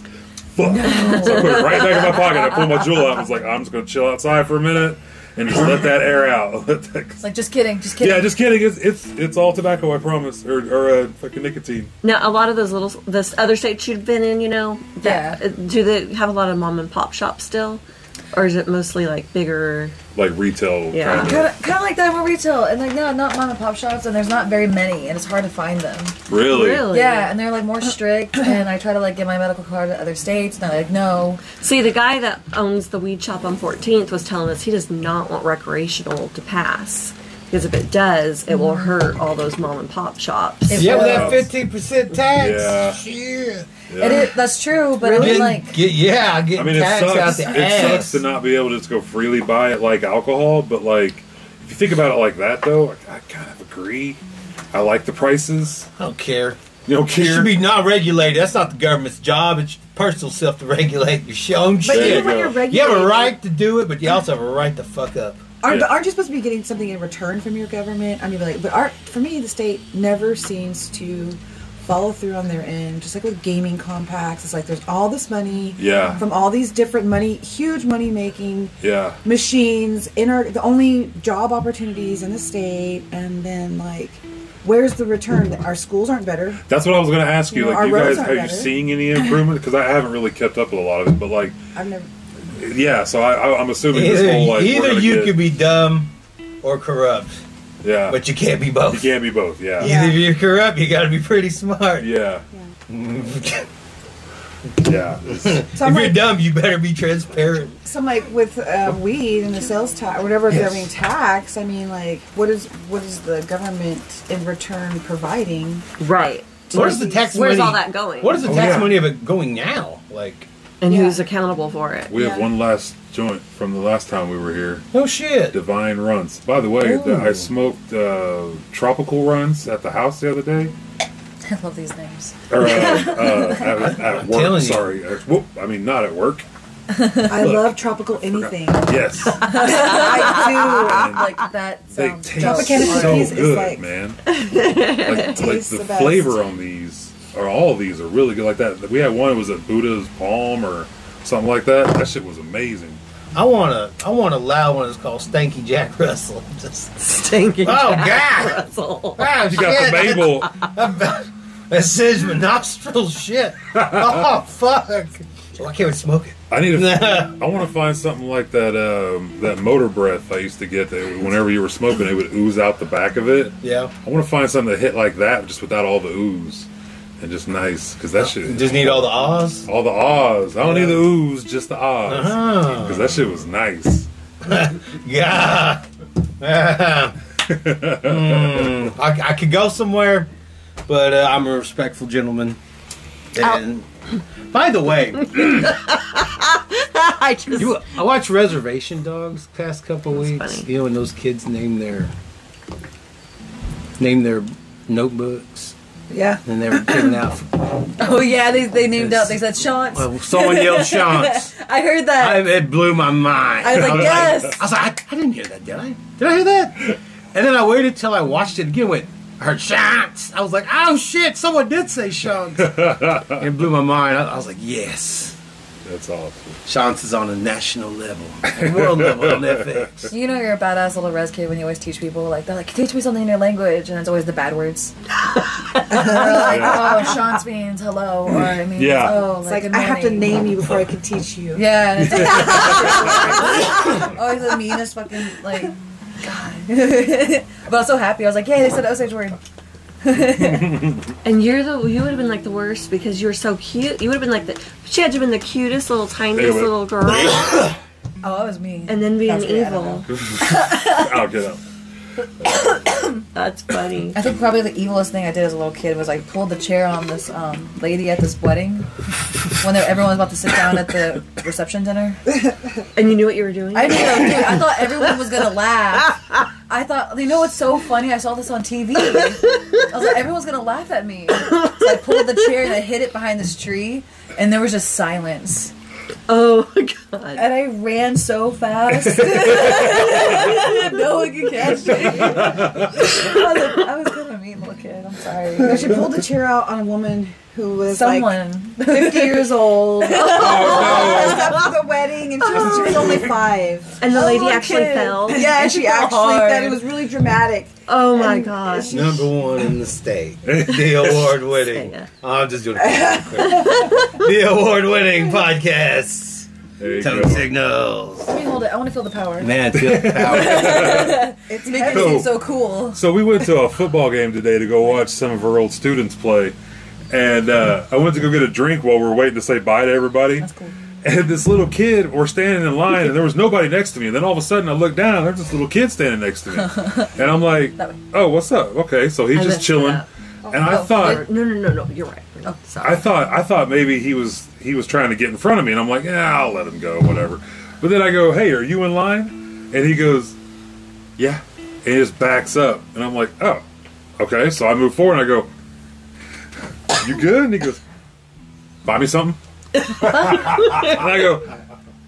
Fuck. So I put it right back in my pocket. I pulled my jewel out. I was like, I'm just gonna chill outside for a minute and just let that air out. Let that,
It's like just kidding, just kidding.
yeah, just kidding. It's it's it's all tobacco, I promise, or or uh, fucking nicotine.
Now, a lot of those little, this other states you've been in, you know, that, uh,
Yeah.
do they have a lot of mom and pop shops still? Or is it mostly like bigger?
Like retail.
Yeah.
Kind
Kind of, kind of like that in retail, and like no, not mom and pop shops, and there's not very many, and it's hard to find them.
of. Really?
Really?
Yeah, and they're like more strict, and I try to like get my medical card to other states, and I'm like, no,
See, the guy that owns the weed shop on 14th was telling us he does not want recreational to pass because if it does, it will hurt all those mom and pop shops.
It-
Yeah, with
Yeah.
that fifteen percent tax.
Yeah.
Shit.
it is, that's true, but I mean
Getting-
like,
get, yeah, getting
I mean, it
taxed out
sucks.
the
It
ass.
sucks to not be able to just go freely buy it like alcohol, but like if you think about it like that, though, I, I kind of agree. I like the prices.
I don't care.
You don't
It
care.
should be not regulated. That's not the government's job. It's your personal self to regulate your sh- own
But
There
shit.
even
you
when
go.
you're
You
regulating,
have a right to do it, but you also have a right to fuck up.
Aren't,
Yeah.
aren't you supposed to be getting something in return from your government? I mean, like, but art for me, the state never seems to follow through on their end. Just like with gaming compacts, it's like there's all this money
Yeah.
from all these different money, huge money making
yeah.
machines. In our, the only job opportunities in the state, and then like, where's the return? Our schools aren't better.
That's what I was going to ask you.
You know,
Like,
our
you
roads
guys,
aren't
have you
better.
seen any improvement? Because I haven't really kept up with a lot of it, but like,
I've never.
yeah. So I, I, I'm assuming this
Either,
whole like we're
either
gonna
you
get-
could be dumb or corrupt,
Yeah.
but you can't be both.
you can't be both. Yeah.
Yeah.
Either you're corrupt, you got to be pretty smart.
Yeah. Yeah.
So
if
I'm
you're
like,
dumb, you better be transparent.
so I'm like with uh, weed and the sales tax, whatever
Yes.
they're being taxed. I mean, like, what is what is the government in return providing?
Right.
Where's the tax
Where's
money?
all that going?
What is the
Oh,
tax
yeah.
money of it going now? Like,
and
Yeah.
who's accountable for it?
We have
Yeah.
one last joint from the last time we were here.
no shit.
Divine runs. By the way, the, I smoked uh, tropical runs at the house the other day.
I love these names.
Or uh, uh, at, at work.
telling you.
Sorry. Uh, whoop, I mean, not at work.
I love tropical anything.
Yes.
I
And
Like that
they
sounds.
taste
Tropicana
so
cookies is
good,
like-
man. Like, like
tastes
the,
the best.
flavor on these, or all of these, are really good. Like that. We had one. It was a Buddha's palm or something like that. That shit was amazing.
I want to. I want a loud one that's called Stanky Jack Russell. Just
Stinking
Oh,
Jack
God.
Russell.
wow,
You got the Babel.
That says my nostrils. Shit. Oh fuck. Well, I can't even smoke it.
I need to. I want to find something like that. Um, that motor breath I used to get. That whenever you were smoking, it would ooze out the back of it.
Yeah.
I want to find something that hit like that, just without all the ooze, and just nice. Cause that shit.
Just need all the Oz.
all the ahs. I don't need the ooze, just the ahs.
Ah.
Cause that shit was nice.
Yeah. Ah. Mm. I, I could go somewhere, but uh, I'm a respectful gentleman.
Oh.
And by the way,
I just
you, I watched Reservation Dogs past couple weeks.
funny.
You know, and those kids name their name their notebooks,
do. Yeah.
and they were giving out.
Oh yeah, they, they named out. They said shots.
Well, someone yelled shots.
I heard that.
I, it blew my mind.
I was like, yes.
I was like, I, I didn't hear that, did I? Did I hear that? And then I waited till I watched it again. and Went, I heard shots. I was like, oh shit, someone did say shots. it blew my mind. I, I was like, yes,
That's awesome.
shots is on a national level, a world level on FX.
You know you're a badass little res kid when you always teach people like they're like teach me something in your language and it's always the bad words. or like oh Sean's means hello or I mean
Yeah.
oh
It's
like,
like
good
I have to
morning.
name you before I can teach you.
yeah. and it's- always the meanest fucking like God. but I was so happy I was like yeah they said the Osage word.
and you're the you would have been like the worst because you were so cute. You would have been like the she had to have been the cutest little tiniest
would've-
little girl,
Oh that was me.
and then being
That's me, I don't
evil.
I'll get up.
That's funny.
I think probably the evilest thing I did as a little kid was I pulled the chair on this um, lady at this wedding when they- everyone was about to sit down at the reception dinner.
And you knew what you were doing.
I knew that was- dude, I thought everyone was gonna laugh. I thought, you know what's so funny? I saw this on TV. I was like, everyone's gonna laugh at me. So I pulled the chair and I hid it behind this tree, and there was just silence.
oh my god.
And I ran so fast. no one could catch me. I was, like, I was gonna meet little kid. I'm sorry.
She pulled the chair out on a woman who was like
Someone.
50 years old. Up to the wedding, and she was, she was only five.
And the lady
my
actually
kid.
fell.
Yeah, and she actually
Hard.
said it was really dramatic.
Oh my
And
gosh.
Number one in the state, the award winning.
Yeah.
I'm just doing it. the award winning podcast.
There you
Tone
go.
signals.
Let me hold it. I want to feel the power.
Man, it's good power.
It's
Make it
heavy.
Cool.
seem so cool.
So we went to a football game today to go watch some of our old students play, and uh, I went to go get a drink while we are waiting to say bye to everybody.
That's cool.
And this little kid, we're standing in line, and there was nobody next to me. And then all of a sudden, I look down, and there's this little kid standing next to me, and I'm like,
That way.
"Oh, what's up?" Okay, so he's
I
just
messed it
chilling,
up.
and I
Oh,
thought,
No, no, no, no. You're right. Oh, sorry.
I thought I thought maybe he was he was trying to get in front of me, and I'm like, yeah, I'll let him go, whatever. But then I go, hey, are you in line? And he goes, yeah. And he just backs up, and I'm like, oh, okay. So I move forward, and I go, you good? And he goes, buy me something. and I go,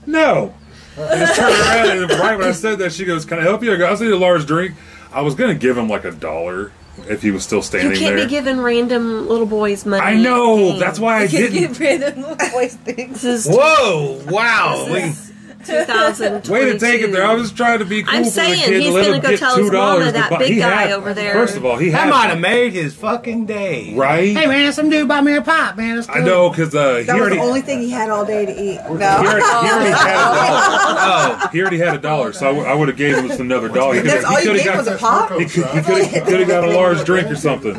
no. And just turn around, and right when I said that, she goes, can I help you? I go, I just need a large drink. I was gonna give him like a dollar if he was still
you
standing
can't
there.
be giving random little boys money.
I know.
Dang.
That's why I
Can't
didn't.
get rid of voice things.
This is
Whoa! Wow! We,
2022.
Way to take it there. I was trying to be cool
I'm
for
saying
the kid
he's
to let
gonna
him
go
get
tell his
two
mama
dollars.
that big guy over there.
First of all, he
That
had
might have made his fucking day.
Right?
Hey man, some dude bought me a pop, man. Let's go.
I know because uh, he
That was
already.
the only thing he had all day to eat.
He
No.
already, he already had a dollar. Uh,
Oh,
He already had a dollar, so I would have gave him just another dollar. He
That's
coulda-
all
he
you
coulda
gave
got-
was a pop?
He could have got a large drink or something.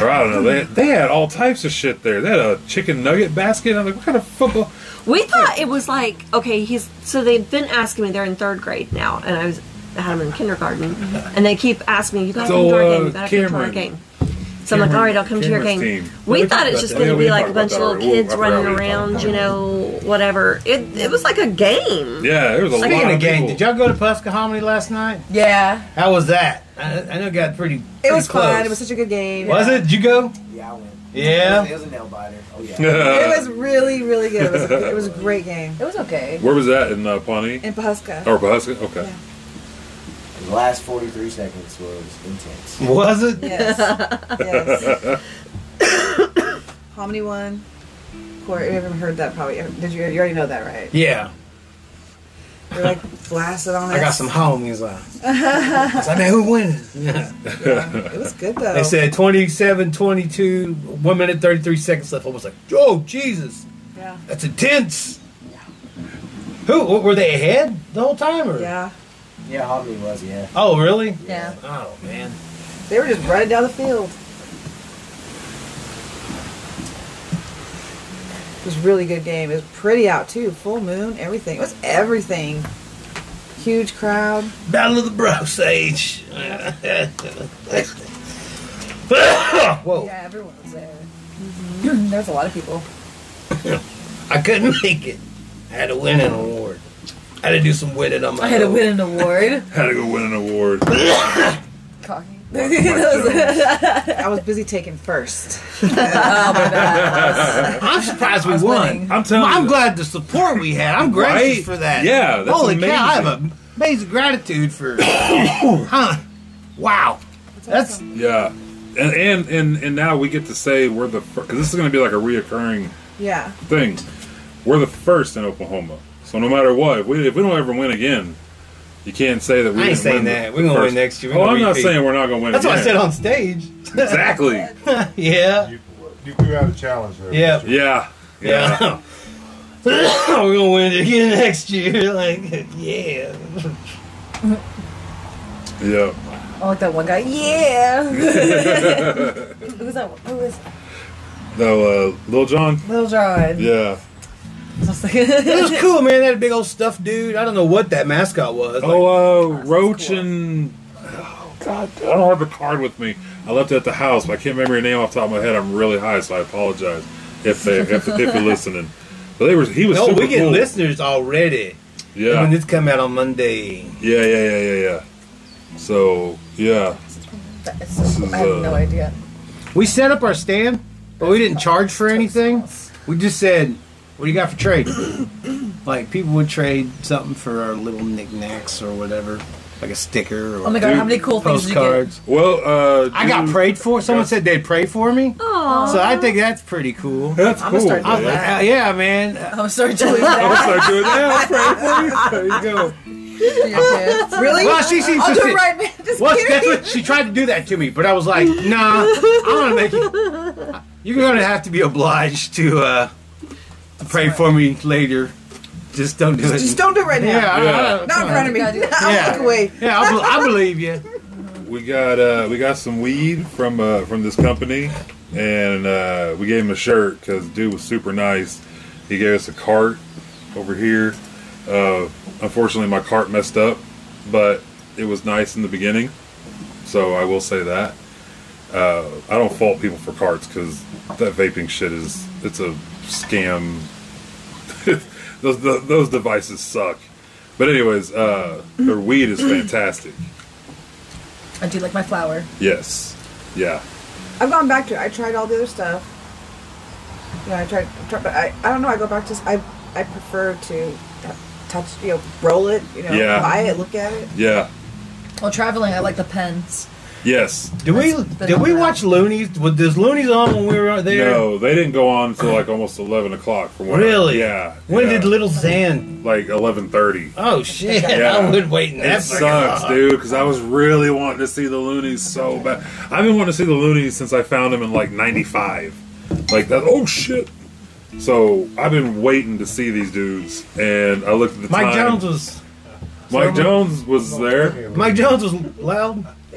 Or I don't know. They, they had all types of shit there. They had a chicken nugget basket. I'm like, what kind of football?
We thought it was like okay, he's so they've been asking me. They're in third grade now, and I was I had them in kindergarten, and they keep asking me, "You gotta come
So,
to our
uh,
game. You gotta come to our
Cameron-
game." So I'm like,
Cameron-
"All right, I'll come to your game."
Cameron's team.
We
Yeah, we
thought
talked
it's
about
just
that.
going
Yeah,
to
we
be like a
talked about
bunch of
that
little
already. Ooh,
kids
I forgot
running
we were talking
around,
about
you
that.
know, whatever. It it was like a game.
Yeah, there was a
Speaking
lot
of
of
game,
people.
did y'all go to Pascahominee last night?
Yeah.
How was that? I, I know it got pretty.
It
pretty
was
close.
fun. It was such a good game.
Was it? Did you go?
Yeah, I went. It was,
Yeah.
it was a nail biter. Oh yeah.
It was
Uh.
really, really good. It was a, it was a great game.
It was okay.
Where was that in uh, Pawnee
In
Oh.
Pahuska.
or Pahuska? Okay.
The last 43 seconds was intense.
Was it?
Yes. yes. Hominy won. Corey, you haven't heard that probably. Did you? You already know that, right?
Yeah.
You're like blasted on it.
I got some homies. uh, I was like, man, who winning? Yeah.
It was good though.
They said 27, 22, 1 minute, 33 seconds left. I was like, oh, Jesus.
Yeah.
That's intense. Who? w- Were they ahead the whole time? Or?
Yeah.
Yeah, Hominy was, yeah.
Oh, really?
Yeah.
Oh, man.
They were just running down the field. It was a really good game. It was pretty out too. Full moon, everything. It was everything. Huge crowd.
Battle of the Bro Sage. Whoa,
Yeah, everyone was there. There's There was a lot of people.
I couldn't make it. I had to win an award. I had to do some winning on my
I had to
own.
win an award.
Had to go win an award.
Cocky.
I was busy taking first.
I'm surprised we
was
won.
winning.
I'm telling
I'm
you.
glad the support we had. I'm gracious
Right?
for that.
Yeah, that's
Holy
amazing.
cow, I have amazing gratitude for. huh? Wow. That's
Yeah, and and and, and now we get to say we're the because this is going to be like a reoccurring
Yeah.
thing. We're the first in Oklahoma, so no matter what, if we if we don't ever win again, you can't say that we.
I ain't
didn't
saying
win the
that. We're gonna win
first-
next year. We're
Oh,
gonna
I'm not
repeat.
saying we're not going to win.
that's what I said
again.
on stage.
Exactly.
yeah.
You, you threw out a challenge there.
Yeah.
Mr.
Yeah.
Yeah. We're gonna win it again next year. Like, yeah.
Yeah.
I Oh, like that one guy. Yeah. Who was that? Who was
Though uh, Lil John.
Little John?
Yeah.
I was like-
It was cool, man. That big old stuffed dude. I don't know what that mascot was. Like,
Oh, uh, Roach and oh God, I don't have the card with me. I left it at the house, but I can't remember your name off the top of my head. I'm really high, so I apologize if they if, if you're listening. But they were he was
no,
super
we get
cool.
listeners already.
Yeah,
When this come out on Monday.
yeah, yeah, yeah, yeah, yeah. So yeah,
That is so cool. I have
uh,
no idea.
We set up our stand, but we didn't charge for anything. We just said, "What do you got for trade?" like people would trade something for our little knickknacks or whatever, like a sticker or
Oh my god, how many cool things did you get?
postcards.
well, uh,
I got
dude-
prayed for. Someone said they'd pray for me,
Aw.
so I think that's pretty cool.
That's
I'm
cool.
gonna start
I was
man.
like, uh, yeah, man. Uh,
I'm sorry, Julie.
I'm
That
gonna start doing that. Pray for me. There you go.
for your kids.
Really?
Well, she seems to
I'll do
see-
it right now. Just
Well, that's
kidding.
what she tried to do that to me, but I was like, nah, I'm gonna make it. You're gonna have to be obliged to uh, to pray for me later. Just don't do it.
Just don't do it right now.
Yeah, I-
Yeah.
I-
Not in front of me.
Yeah.
I'll look away.
yeah, I, bel I believe you.
We got uh, we got some weed from uh, from this company, and uh, we gave him a shirt because dude was super nice. He gave us a cart over here. Uh, unfortunately, my cart messed up, but it was nice in the beginning, so I will say that. Uh, I don't fault people for carts because that vaping shit is it's a scam. those those devices suck. But anyways, uh, their weed is fantastic.
I do like my flower.
Yes. Yeah.
I've gone back to it. I tried all the other stuff. Yeah, I tried, I tried but I, I don't know. I go back to I I prefer to t- touch, you know, roll it, you know,
Yeah.
buy it, look at it.
Yeah.
While traveling, I like the pens.
Yes.
Did we
That's
did we
phenomenal.
watch Looney's? Was this Looney's on when we were out there?
No, they didn't go on until like almost eleven o'clock. From what I-
Really?
yeah.
When
yeah.
did Little Zan?
like eleven thirty?
Oh shit!
Yeah.
I would wait in
It
that
sucks, dude, because I was really wanting to see the Loonies so bad. I've been wanting to see the Loonies since I found them in like '95. Like that. Oh shit! So I've been waiting to see these dudes, and I looked at the
Mike
time.
Jones was
Mike Jones was there.
Mike Jones was loud. I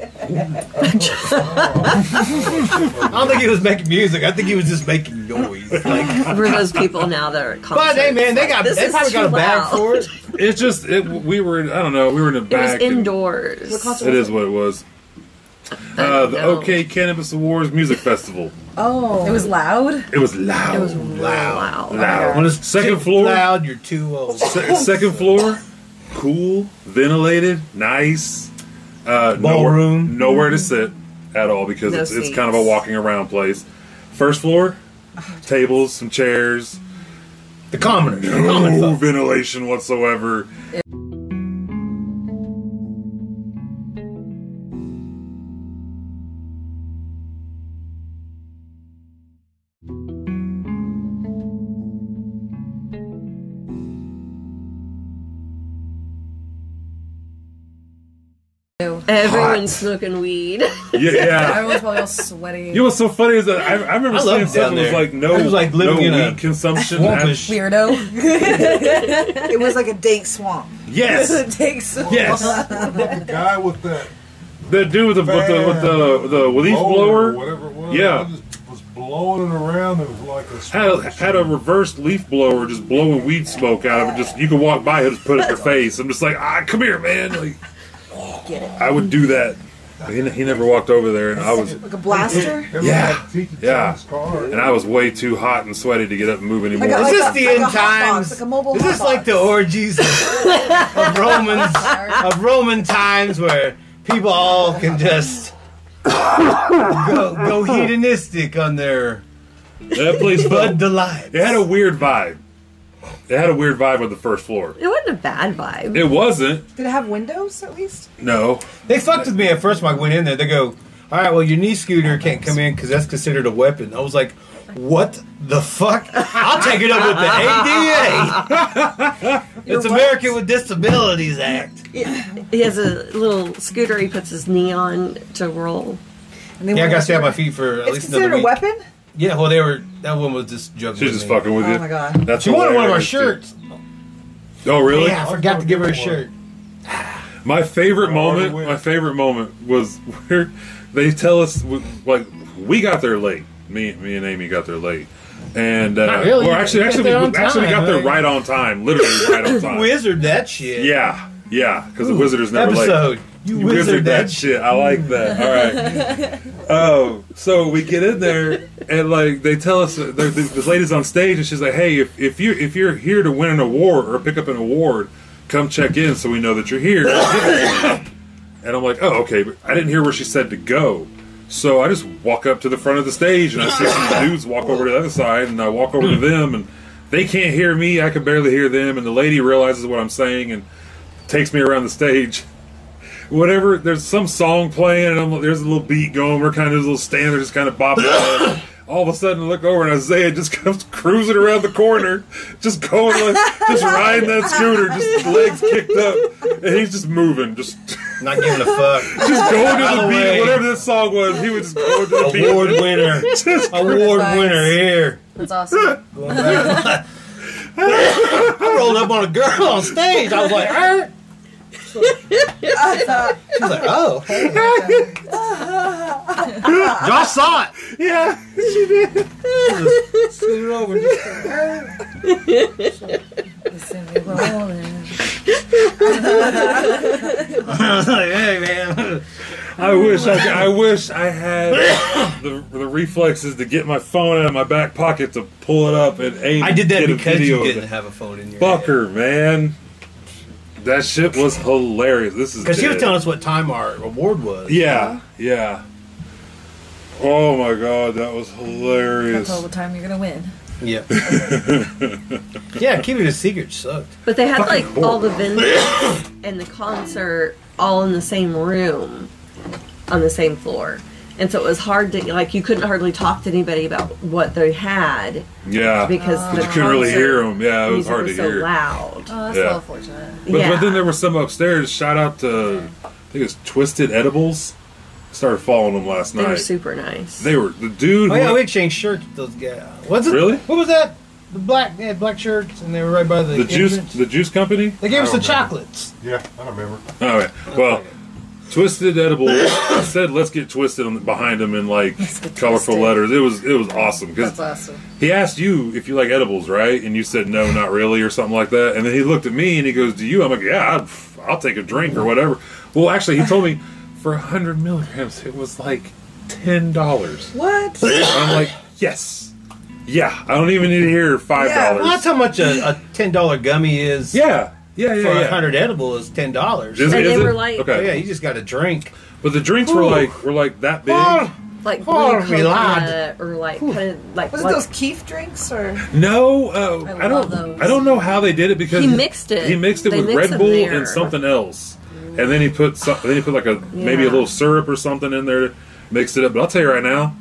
don't think he was making music. I think he was just making noise. Like,
We're those people now that are at
but hey,
concerts.
man, they got
This
they
is
probably got a
too
bag
loud.
for it.
It's just it, we were. in- I don't know. We were in the
It was
back. and-
indoors.
It is what it was. Uh, the
know.
OK Cannabis Awards Music Festival.
Oh,
It was loud.
It was loud.
It was loud.
loud.
When it's
second
too
floor.
loud, you're too old.
Se- second floor, cool, ventilated, nice. Uh,
Ballroom.
Nowhere, nowhere to sit at all because
No
it's, it's kind of a
seats. Oh,
walking around place. First floor, tables, some chairs,
The commoners. The
Oh,
common
no
folk.
ventilation whatsoever.
Everyone's smoking weed.
Yeah, yeah.
Everyone's probably all sweaty.
You know what's so funny is that I, I remember
I
seeing
loved down
something that was
there.
like no,
It was like living
no
in a
weed consumption.
Swampish.
Weirdo.
it was like a dank swamp.
Yes,
Dank swamp.
yes.
The guy with that
The dude with the with the with the, with the leaf
blower, or
blower
whatever it was,
Yeah.
I just was blowing it around. It was like a
had a, had a reverse leaf blower just blowing weed smoke out of it. Just you could walk by it, just put it in your face. I'm just like, ah, come here, man. Like, I would do that. But He, he never walked over there, and I was
Like a blaster.
It was
Yeah.
like Tiki
Yeah.
Chan's car.
and I was way too hot and sweaty to get up and move anymore.
got-
Is
Like
this
a-
the
like a
end
hot box,
times?
like a mobile
Is
hot
this like
box.
the orgies of, of Romans of Roman times where people all can just go, go hedonistic on their
that place felt,
bud delight?
it had a weird vibe. It had a weird vibe on the first floor.
It wasn't a bad vibe.
It wasn't.
Did it have windows at least?
No,
They fucked with me at first when I went in there. They go, "All right, well, your knee
Oh,
scooter can't come in because that's considered a weapon." I was like, "What the fuck? I'll take it up with the ADA. it's American with Disabilities Act."
He has a little scooter he puts his knee on to roll.
And they
Yeah, I
were-
gotta stay on my feet for at
It's
least another
considered a
week.
weapon.
Yeah, well, they were. That one was just joking.
she's
with
just
me.
fucking with you.
Oh my god.
That's
She wanted one of our
hilarious, dude.
shirts.
Oh really?
Yeah, I forgot to give her a shirt.
My favorite moment.
win.
My favorite moment was where they tell us w- like we got there late. Me, me and Amy got there late, and uh,
Not really.
Or actually,
You got
actually, we
there on
actually
time,
got there
right?
right on time. Literally right on time.
Wizard that shit.
yeah, yeah. Because the wizarders never late.
Episode. You,
You
wizard, that,
that shit. I like that. All right. Oh, so we get in there and like they tell us there- there- this lady's on stage and she's like, "Hey, if, if you if you're here to win an award or pick up an award, come check in so we know that you're here." and I'm like, "Oh, okay." But I didn't hear where she said to go. So I just walk up to the front of the stage and I see some dudes walk over to the other side and I walk over to them and they can't hear me. I can barely hear them. And the lady realizes what I'm saying and takes me around the stage whatever. There's some song playing, and I'm, there's a little beat going. We're kind of this little stand there, just kind of bopping. around. All of a sudden, I look over, and Isaiah just comes cruising around the corner, just going like, just riding that scooter, just legs kicked up, and he's just moving, just
Not giving a fuck.
just going to the
the
beat,
way.
whatever that song was. He would just go to the beat.
Award winner.
Just-
Award
Nice.
winner here.
That's awesome.
I rolled up on a girl on stage. I was like, er. She was like, oh. hey. Y'all saw it.
yeah,
Scoot it over. Just I was like, hey, man.
I wish I, could- I wish I had the, the reflexes to get my phone out of my back pocket to pull it up and aim.
I did that
get a
because
video
you
of
didn't
it.
have a phone in your hand.
Fucker, man. That shit was hilarious. This is
Because she was
dead.
telling us what time our award was.
Yeah, yeah. Oh my god, that was hilarious.
That's all the time you're gonna win.
Yeah. yeah, keeping it a secret sucked.
But they had like all the vendors and the concert all in the same room. on the same floor. And so it was hard to like you couldn't hardly talk to anybody about what they had
Yeah.
because the
you couldn't really
concert
hear them. Yeah, it was
music
hard to
so
hear.
loud.
Oh, that's
Yeah.
a little fortunate.
But,
yeah.
but then there were some upstairs. Shout out to, I think it was Twisted Edibles. Started following them last
they
night.
were super nice.
They were the dude.
Oh
who-
yeah, we exchanged shirts with those guys. What's it?
Really?
What was that? The black they had black shirts and they were right by the,
the juice,
entrance.
the juice company.
They gave us the
I don't remember.
chocolates.
Yeah, I don't remember.
All right. Well, Twisted Edibles said, "Let's get twisted on, behind him in like
get
colorful
twisted.
letters." It was it was awesome
That's
because
awesome.
he asked you if you like edibles, right? And you said no, not really, or something like that. And then he looked at me and he goes, "Do you?" I'm like, "Yeah, I'd, I'll take a drink or whatever." Well, actually, he told me for hundred milligrams, it was like ten dollars.
What?
I'm like, "Yes, yeah, I don't even need to hear five
Yeah,
Well, that's
dollars."
how much a, a ten dollar gummy is.
Yeah, yeah, yeah,
for
yeah.
a hundred edible is ten dollars. Oh,
Is
And they
is
were like-
okay.
yeah, you just got a drink.
But the drinks were like were like that big.
like blue
Oh, we lied.
coconut or like kind of like
Was it
like-
those Keef drinks or?
No, uh,
I
I, don't.
love those.
I don't know how they did it because
He mixed it.
He mixed it
They
with
mix
Red
them
Bull
there.
and something else, and then he put some, then he put like a maybe a
Yeah.
little syrup or something in there, mixed it up. But I'll tell you right now,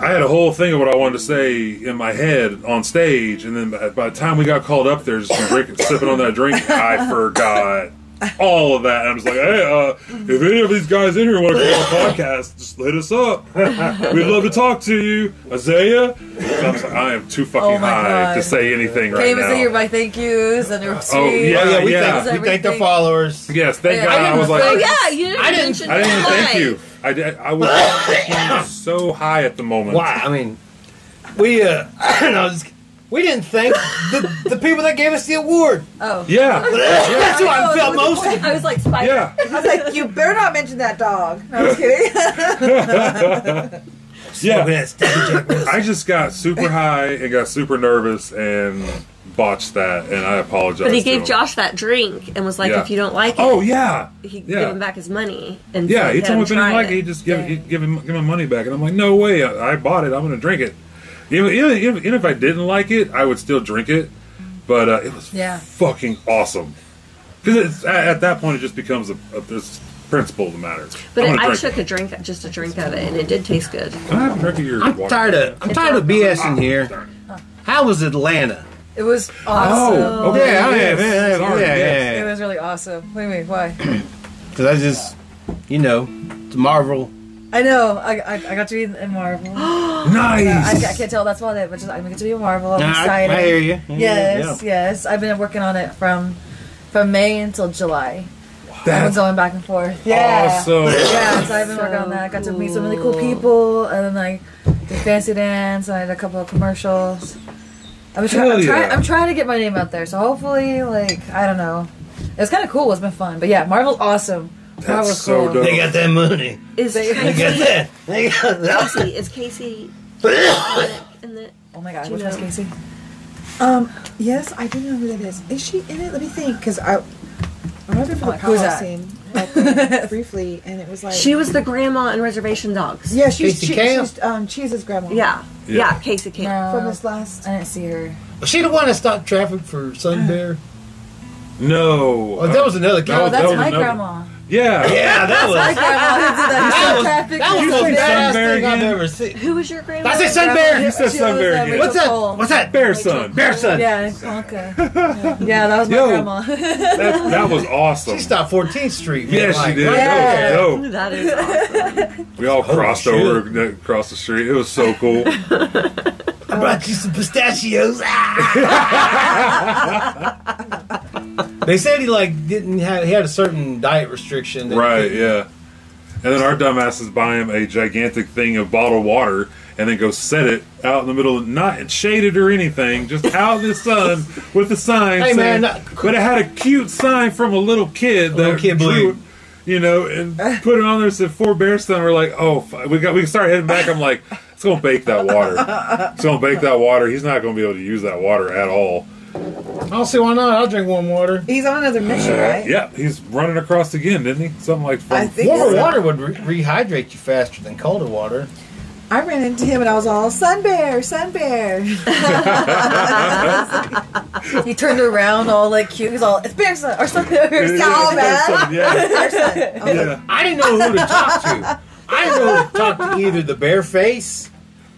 I had a whole thing of what I wanted to say in my head on stage, and then by, by the time we got called up there, just drink, sipping on that drink, I forgot. All of that, and I'm just like, hey, uh, if any of these guys in here want to come on a podcast, just hit us up. We'd love to talk to you, Isaiah. I'm like, I am too fucking
Oh my
high
God.
to say anything right
Can't even
now.
say my thank yous and their
Oh yeah,
Oh yeah, we,
yeah.
Thank, we thank the
Everything.
followers.
Yes, thank
Yeah,
God.
I
I,
didn't
was like,
Oh
say-
yeah, you didn't,
I didn't-
mention
I didn't even
that.
thank you. I did. I was so high at the moment.
Why? I mean, we uh, I don't know. just- We didn't thank the, the people that gave us the award.
Oh.
Yeah,
That's what I
Oh,
felt most.
I was like, Spider.
yeah.
I was like, you better not mention that dog. No, I was kidding.
Smoking
Yeah,
that Stevie Jack Wilson.
I just got super high and got super nervous and botched that, and I apologize.
But he
to
gave
him.
Josh that drink and was like,
Yeah.
if you don't like it,
Oh yeah,
he
yeah.
give him back his money. And
yeah.
said,
He told me if he
"Try
didn't like it, he
it."
just give he'd give him give him money back, and I'm like, no way. I, I bought it. I'm gonna drink it. Even, even, even- even if I didn't like it, I would still drink it. But uh, it was
Yeah.
fucking awesome. Because at, at that point, it just becomes a, a this principle of the matter.
But
I'm
it,
gonna
I
drink
took a drink, just a drink of it, and it did taste good.
Can I have a drink of your
I'm
water?
tired of I'm
It's
tired of
awesome.
BSing here. How was Atlanta?
It was awesome.
Oh, okay.
yeah,
yes.
yeah, yeah,
Sorry,
yeah,
yes.
yeah.
It was really awesome. What do you mean? Why?
Because I just, you know, it's Marvel.
I know. I, I, I got to be in Marvel. I, I
Nice.
can't tell. That's why I did, but just, I'm going to be in Marvel. I'm
Nah, I,
excited.
I hear you. Yeah,
Yes,
yeah.
yes. I've been working on it from from May until July. I've been
That's
going back and forth. Yeah.
awesome.
Yeah, so I've been
So
working on that. I got to meet some really cool people, and then like did fancy dance, and I did a couple of commercials. I'm, try-
Hell
I'm, try-
yeah.
I'm trying to get my name out there, so hopefully, like I don't know, it's kind of cool. It's been fun, but yeah, Marvel's awesome. Marvel's
so
cool.
dope.
They got that money.
Is
They
Casey,
got that. They got that.
is Casey in the?
Oh my god,
Do you
which one's
know-
Casey?
Um, yes, I do know who that is. Is she in it? Let me think, because I, I remember from the
Like, who's
powwow
that?
scene like, uh, briefly, and it was like
She was the grandma in Reservation Dogs.
Yeah, she's
Casey
she,
Camp.
she's um Cheese's grandma.
yeah,
Yeah.
yeah. Casey came.
No.
From this last,
I didn't see her.
Was she the one that stopped traffic for Sun Bear?
No.
Oh, that was another
That
No,
guy.
was-
that's
that was
my
another-
grandma.
yeah.
yeah, that
My
was.
grandma who did that. She
That
stopped traffic.
That was
You
the
say Sun
badass
Bear
thing I've
again?
ever seen.
Who was your grandma?
I said Sun Bear.
You said
She
Sun
was,
Bear
uh,
again.
Rachel
What's that?
Cole.
What's that?
Bear son.
Bear son.
Yeah, in Ponca. Yeah, that was my
Yo.
grandma.
That, that was awesome.
She stopped 14th Street. man,
Yes, she
like,
did.
right
That
there.
was dope.
That is awesome.
We all crossed
shit.
over that- across the street. It was so cool.
I brought you some pistachios. Ah! they said he like didn't have he had a certain diet restriction. that he
right,
couldn't-
yeah. And then our dumbasses buy him a gigantic thing of bottled water and then go set it out in the middle of not shaded or anything, just out in the sun with a sign.
Hey,
saying-
man, not-
but it had a cute sign from a little kid that
little kid Eh.
drew
blue.
it, you know, and put it on there. Said four bear son. We're like, oh, fu- we got we started heading back. I'm like, it's gonna bake that water. It's gonna bake that water. He's not gonna be able to use that water at all.
I don't Oh, see why not. I'll drink warm water.
he's on another mission,
Uh-huh.
right?
Yeah, he's running across again, didn't he? Something like from
I think
Warmer
so.
water would re- rehydrate you faster than colder water.
I ran into him and I was all sun bear, sun bear.
He turned around all like cute. He's all, it's bear sun, or something. Or
all
"Oh,
bad.
Yeah.
Person.
yeah.
I didn't know who to talk to. I didn't know who to talk to either the bear face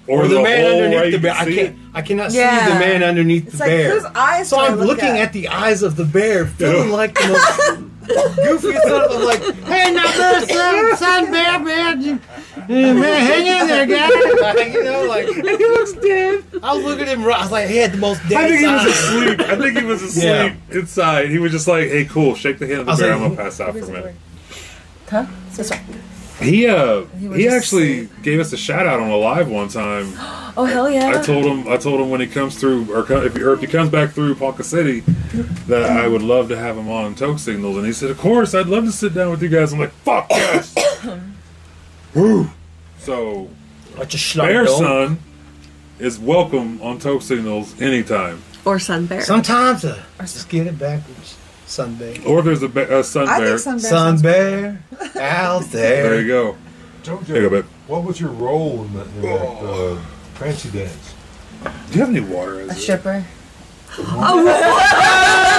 or, the, man
hole
underneath
where you
the bear.
can
I
see
can't. I cannot
Yeah.
see the man underneath
It's
the
like
bear.
whose eyes
so
do I
I'm
look
looking
at?
at the eyes of the bear, feeling
Yeah.
like the most goofiest son of like, hey, now there's son, son bear, man, you- eh, man, hang in there, guy. Like, you know, like he looks dead. I was looking at him. right- I was like, he had the most dead.
I think he was
eyes.
asleep. I think he was asleep
Yeah.
inside. He was just like, "Hey, cool, shake the hand of
I
the
was
bear.
like,
I'm gonna pass out for a minute."
Huh? So sorry.
He uh,
was
he
just
actually gave us a shout out on a live one time.
Oh, hell yeah.
I told him, I told him when he comes through, or, co- if, or if he comes back through Ponca City, that I would love to have him on Toke Signals, and he said, "Of course, I'd love to sit down with you guys." I'm like, "Fuck yes!" Woo! So
Like a
Bear
dog.
Son is welcome on Toke Signals anytime,
Or sun bear.
Sometimes uh, just get it backwards. Sun bear.
or if there's a, be- a Sun
I
Bear.
think sun bear.
Sun bear out
there you
there.
go.
Told
There you
you,
go, babe.
what was your role in that, in that uh, fancy dance?
Do you have any water?
a stripper.
no.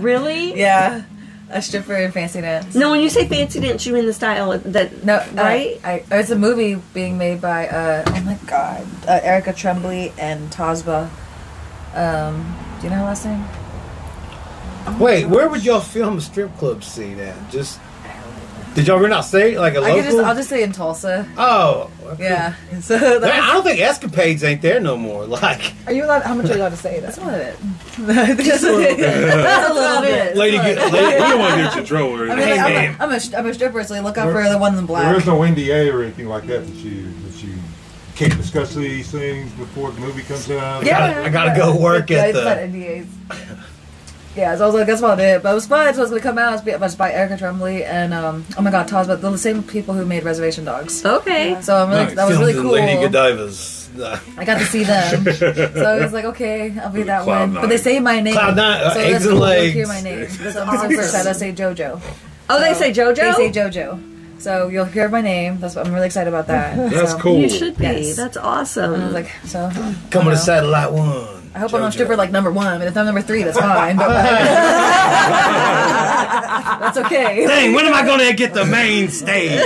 Really?
Yeah. A stripper in fancy dance.
Oh. No, when you say fancy dance, you mean the style of- that
No,
right?
right? I, it's a movie being made by, uh, oh my god, uh, Erica Tremblay and Tosba. Um, do you know her last name?
Wait, where would y'all film a strip club scene at? Just did y'all rent out state like a
I could just,
local?
I'll just say in Tulsa.
oh, okay.
Yeah. So
That-
that's,
I don't think escapades ain't there no more. Like
Are you allowed? How much are you allowed to say
that's
that?
one of it. that's a little
That's about it.
lady, get, lady
we don't want to get you in trouble or
I
anything.
mean, like,
Hey,
I'm,
ma'am.
a, I'm, a, I'm a stripper, so you look out
Where-
for the one in black.
There is no NDA or anything like that that you that you can't discuss these things before the movie comes out.
Yeah. I gotta go work
yeah,
at
it's
the-
not NDAs. Yeah, so I was like, that's about it. But it was fun. So it's gonna come out. It's about- It's by Erica Tremblay and um, oh my god, Todd's, but they're the same people who made Reservation Dogs.
Okay.
So I'm really,
Nice.
that was
filmed
really
in
cool.
Lady Godiva's uh,
I got to see them, so I was like, okay, I'll be
Was it
that
Cloud
one. But
Nine?
they say my name.
Cloud Nine, uh,
so
Eggs
that's
and
cool.
Legs.
You'll hear my name. So I'm
Awesome.
super excited. I say JoJo.
Oh, they say JoJo.
They say JoJo. So you'll hear my name. That's what I'm really excited about that.
That's
so,
cool.
You should be.
Yes.
That's
I was
awesome.
like, so I
coming to
know.
Satellite One.
hope I'm on
JoJo.
stripper like number one, but if I'm number three, that's fine. But that's okay.
Dang, when am I gonna get the main stage?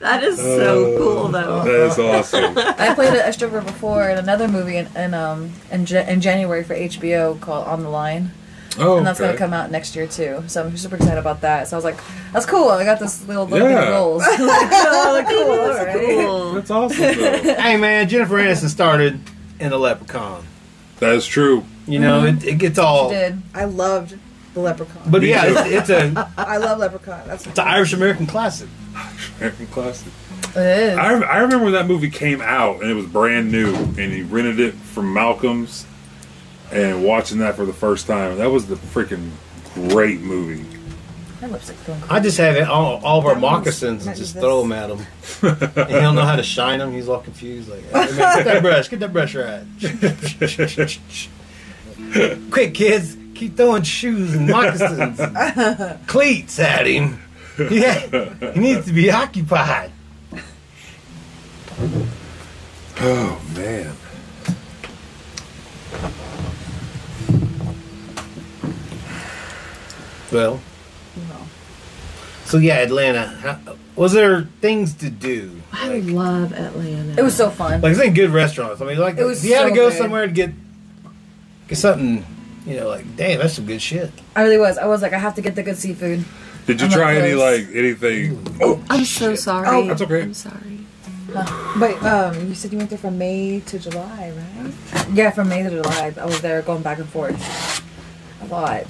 That is
Oh.
so cool, though.
That is awesome.
I played a, a stripper before in another movie in, in um in, Ja- in January for HBO called On the Line.
Oh,
and that's
okay.
gonna come out next year too. So I'm super excited about that. So I was like, that's cool. I got this little little bit
Yeah.
of roles. Like, oh, cool. all right.
Cool.
That's awesome. Though.
hey man, Jennifer Aniston started in a leprechaun.
that is true.
You know, it, it gets all.
Mm-hmm. Did
I loved the leprechaun.
But
Me
yeah,
too.
it's, it's a
I love leprechaun. That's
it's an Irish American classic.
American classic.
it is.
I, I remember when that movie came out and it was brand new, and he rented it from Malcolm's, and watching that for the first time. That was the freaking great movie.
My lipstick's going.
I just have it all, all of our
That one's-
moccasins and
that
just
is
throw them at him. and he don't know how to shine them. He's all confused. Like, "Hey, man, get that brush, get that brush right. Quick, kids, keep throwing shoes and moccasins, and cleats at him. Yeah, he needs to be occupied.
Oh man.
Well, so yeah, Atlanta. How, was there things to do?
I love Atlanta.
It was so fun.
Like, it's in good restaurants. I mean, like,
It was
you had to
so
go
good.
somewhere to get get something. You know, like, damn, that's some good shit.
I really was. I was like, I have to get the good seafood.
Did you
I'm not
try any
close.
like anything?
I'm so sorry.
Oh,
that's okay.
I'm sorry.
But um, you said you went there from May to July, right?
Yeah, from May to July, I was there going back and forth a lot.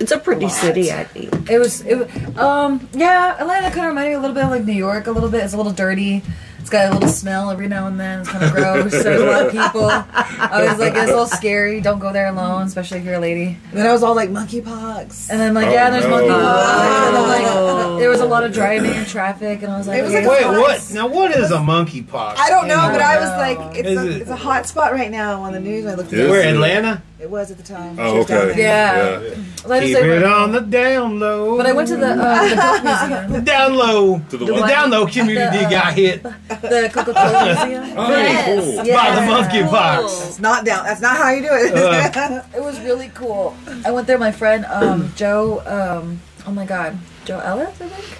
It's a pretty city, I think.
It was. It was. Um. Yeah, Atlanta kind of reminded me a little bit of like New York. A little bit. It's a little dirty. It's got a little smell every now and then. It's kind of gross. There's a lot of people. I was like, it's a little scary. Don't go there alone, especially if you're a lady.
And then I was all like monkeypox.
And then like, yeah, there's
no.
monkey
Oh.
pox. And then, like, there was a lot of driving and traffic, and I was like,
It was
okay.
like
Wait,
a-
what? Now, what is a monkey pox?
I don't know,
Yeah.
but I was like, it's
Is
a,
it-
it's a hot spot right now on the news. I looked.
Is
at
Where
it?
Atlanta?
It was at the time.
Oh,
She was down
okay.
there.
Yeah. Like I
Keep
said,
it on the down low.
But I went to the, uh, the book museum,
the down low.
To the
the
what?
down low community
The, uh,
got hit
the Coca-Cola museum.
Oh,
Yes,
cool.
yeah. Oh.
by the monkey box.
It's not down. That's not how you do it.
Uh.
It was really cool. I went there. My friend um, Joe. Um, oh my God, Joe Ellis, I think.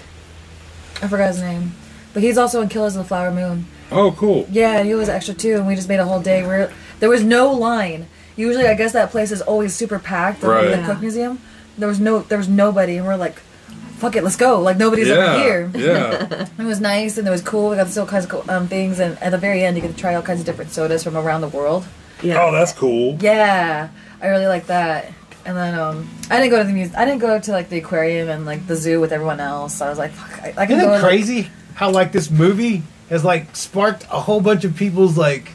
I forgot his name, but he's also in Killers of the Flower Moon.
Oh, cool.
Yeah, and he was extra too, and we just made a whole day where there was no line. Usually, I guess that place is always super packed. The,
Right.
the Cook Museum. There was no, there was nobody, and we're like, "Fuck it, let's go!" Like nobody's
yeah.
ever here.
Yeah.
It was nice, and it was cool. We got to see all kinds of cool, um, things, and at the very end, you get to try all kinds of different sodas from around the world.
Oh, that's cool.
Yeah, I really like that. And then um, I didn't go to the muse. I didn't go to like the aquarium and like the zoo with everyone else. I was like, fuck, I, I can
Isn't
go.
it
like-
crazy how like this movie has like sparked a whole bunch of people's like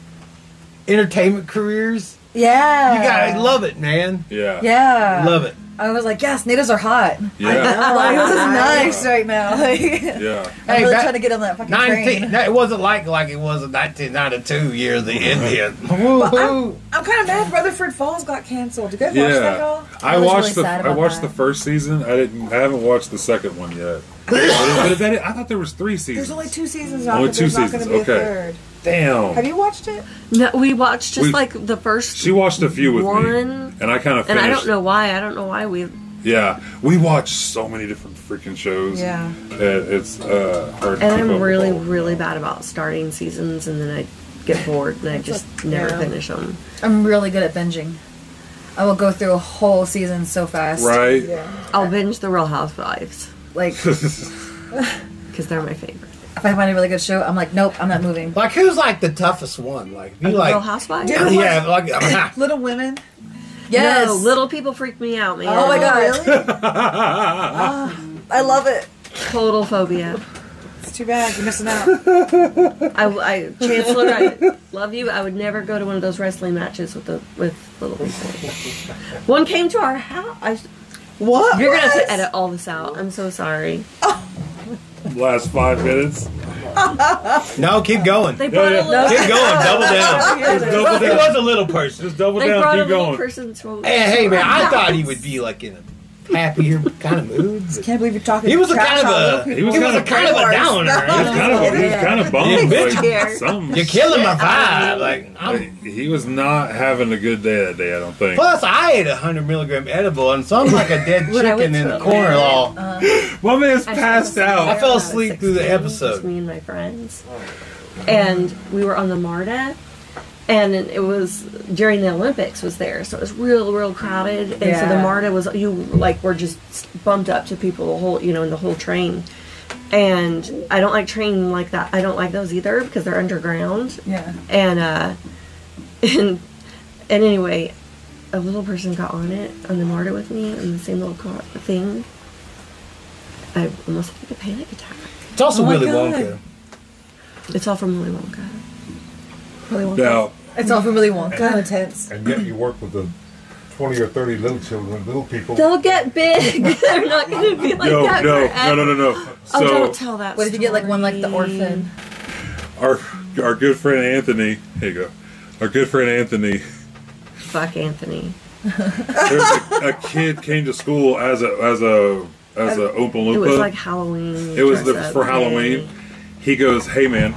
entertainment careers?
yeah,
You gotta love it, man.
Yeah.
Yeah,
Love it.
I was like, yes, natives are hot.
Yeah.
I'm like, this is nice right now. Like,
Yeah.
I'm really
back-
trying to get on that fucking
Nineteen.
train.
That, it wasn't like like it was in 1992 year of the Indian. Woohoo!
I'm kind of mad Rutherford Falls got canceled. Did you guys watch that at all?
Yeah. I,
I was
watched
really
the
sad
I
about
watched
that.
the first season. I didn't. I haven't watched the second one yet. but is that it? I thought there was three seasons.
There's only two seasons on
Only
it.
two
There's not going to
seasons,
be
okay.
a third.
Damn.
Have you watched it?
No, we watched just
We-
like the first.
she watched a few with me,
One-
and I kind of
and
finished.
I don't know why. I don't know why we.
Yeah, we watch so many different freaking shows.
Yeah.
It- it's uh, hard. to
And
keep up
I'm
with
really,
all of them.
really bad about starting seasons, and then I get bored, and I just never
yeah.
finish them.
I'm really good at binging. I will go through a whole season so fast.
right.
I'll binge the Real Housewives
Like, if
because they're my favorite.
I find a really good show, I'm like, nope, I'm not moving.
Like who's like the toughest one? Like you
The
like
Real Housewives.
Dude,
yeah like
Little Women.
Yes.
No, little people freak me out, man.
oh my god.
Really? Ah, I love it.
Total phobia.
It's too bad you're missing out.
I, I Chancellor, I love you. I would never go to one of those wrestling matches with the with little people. One came to our house. I,
What?
you're gonna have
What?
to edit all this out. I'm so sorry.
Last five minutes.
no keep going
They brought
yeah.
a little.
keep going double down.
Double
He
down.
was a little person.
Just double
They
down.
brought a
Keep
little
going.
person to.
Hey, hey man, I thought he would be like in a happier kind of mood. but-
Can't believe you're talking.
He was a
trash
kind
on
of
little
a
people.
he was, kind, of, kind of a
He
downer.
was kind of, he was kind of bummed.
Yeah,
like,
bitch.
some-
You're killing my vibe. Like I'm,
like, he was not having a good day that day. I don't think.
plus, I ate a hundred milligram edible, and so I'm like a dead
When I
chicken
went
in
to
the corner. All
My man's passed
I
out.
fell asleep through the
Just
episode.
me and my friends, and we were on the Marta, and it was during the Olympics was there, so it was real, real crowded, and so the
Yeah.
Marta was you like were just bumped up to people the whole you know in the whole train. And I don't like train like that. I don't like those either because they're underground.
Yeah.
And uh, and and anyway, a little person got on it on the Marta with me on the same little car thing. I almost had like a panic attack.
It's also
Oh my
Willy
God.
Wonka.
It's all from Willy Wonka. Willy Wonka.
Now,
It's all from Willy Wonka.
Kind of tense.
And yet you work with the 20 or 30 little children, little people.
They'll get big. They're not going to be like
no,
that
no, no,
forever.
no, no, no.
Oh,
So
don't tell that.
What if you get like one like the
story.
orphan?
our our good friend Anthony. Here you go. Our good friend Anthony.
Fuck Anthony.
There's a, a kid came to school as a as a as a Oompa Loompa.
It was like Halloween.
Uh, It was the,
dress up
for
day.
Halloween. He goes, "Hey man,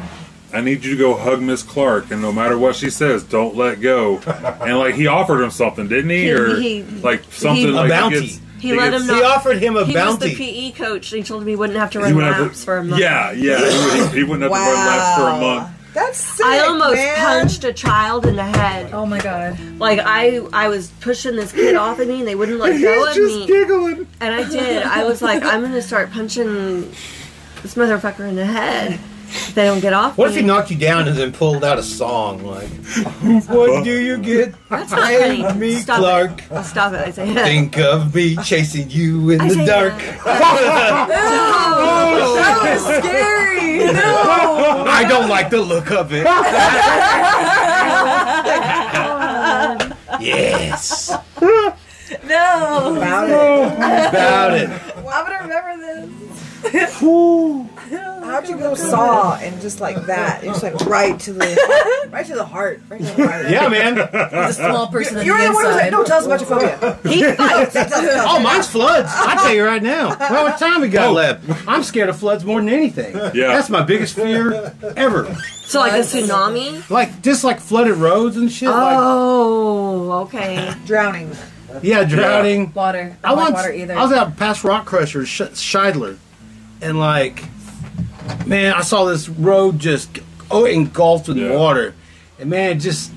I need you to go hug Miss Clark, and no matter what she says, don't let go." And like he offered him something, didn't he,
He-
or
he-
like something
he-
like
A bounty.
He let him
He
No.
offered him a
He was the PE
bounty.
coach. and He told him he wouldn't have to
he
run
went up
laps for a month.
Yeah, yeah. He, would, he, he wouldn't have to run laps for a month.
That's sick,
I almost
man.
punched a child in the head.
Oh my god.
Like I, I was pushing this kid off of me, and they wouldn't let go of me.
giggling.
And I did. I was like, I'm gonna start punching this motherfucker in the head. If they don't get off.
What if
me.
he knocked you down and then pulled out a song like What do you get?
That's not
Hey,
funny.
me,
Stop
Clark.
It. Stop it! I say that.
Think of me chasing you in
I
the
say
dark.
That was scary. No.
I don't like the look of it. yes.
About it.
About it.
I'm going to remember this. How'd you go saw and just like that? It's like right to the right to the heart. Right to the heart.
Yeah, man.
The small person on
You're
the
the one who's like,
inside.
don't tell us about your phobia.
He fights.
Oh, mine's floods. I tell you right now. Well, what time we got left? I'm scared of floods more than anything.
Yeah.
That's my biggest fear ever.
So like a tsunami.
Like just like flooded roads and shit.
Oh, okay.
Drowning.
Oh.
Like yeah, drowning.
Water. I
I
don't like
once,
water either.
I was out past Rock Crusher, Sh- Scheidler, and like, man, I saw this road just oh engulfed in
Yeah.
water, and man, it just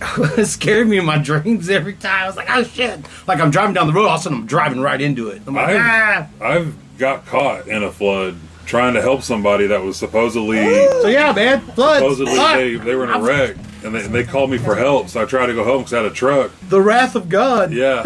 it scared me in my dreams every time. I was like, oh shit! Like I'm driving down the road, all of a sudden I'm driving right into it. I'm like,
I-
ah.
I've got caught in a flood trying to help somebody that was supposedly
So yeah, man, floods.
supposedly
fuck.
they, they were in a wreck and they, and they called me for help. So I tried to go home because I had a truck.
the wrath of God.
Yeah.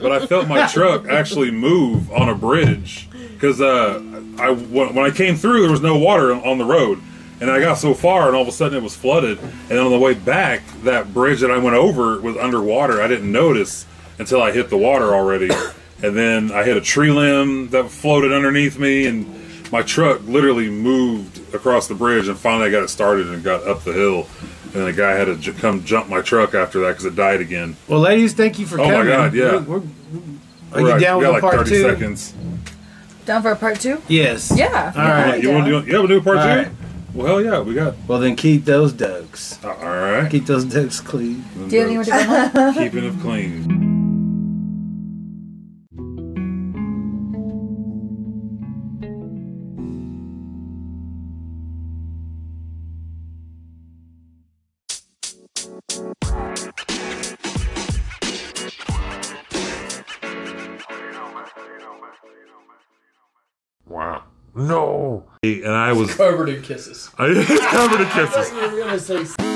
but I felt my truck actually move on a bridge because uh, I when, when I came through, there was no water on, on the road, and I got so far, and all of a sudden it was flooded. And then on the way back, that bridge that I went over was underwater. I didn't notice until I hit the water already, and then I hit a tree limb that floated underneath me, and my truck literally moved across the bridge. And finally, I got it started and got up the hill. And the guy had to j- come jump my truck after that because it died again.
Well, ladies, thank you for
Oh, my
coming.
God, yeah.
We're, we're, are you
Right,
down
we
with
got
a
like
part
30
two?
seconds.
Down for a part two?
Yes.
Yeah.
All right.
You want to do? Yeah, we'll do a part
All
two.
right.
Well, hell yeah, we got.
Well, then keep those ducks.
Uh, All right.
Keep those ducks clean.
Do you have anywhere to go home?
Keeping it clean. Wow. No. And I was
Covered in kisses.
I covered in kisses.
You're gonna say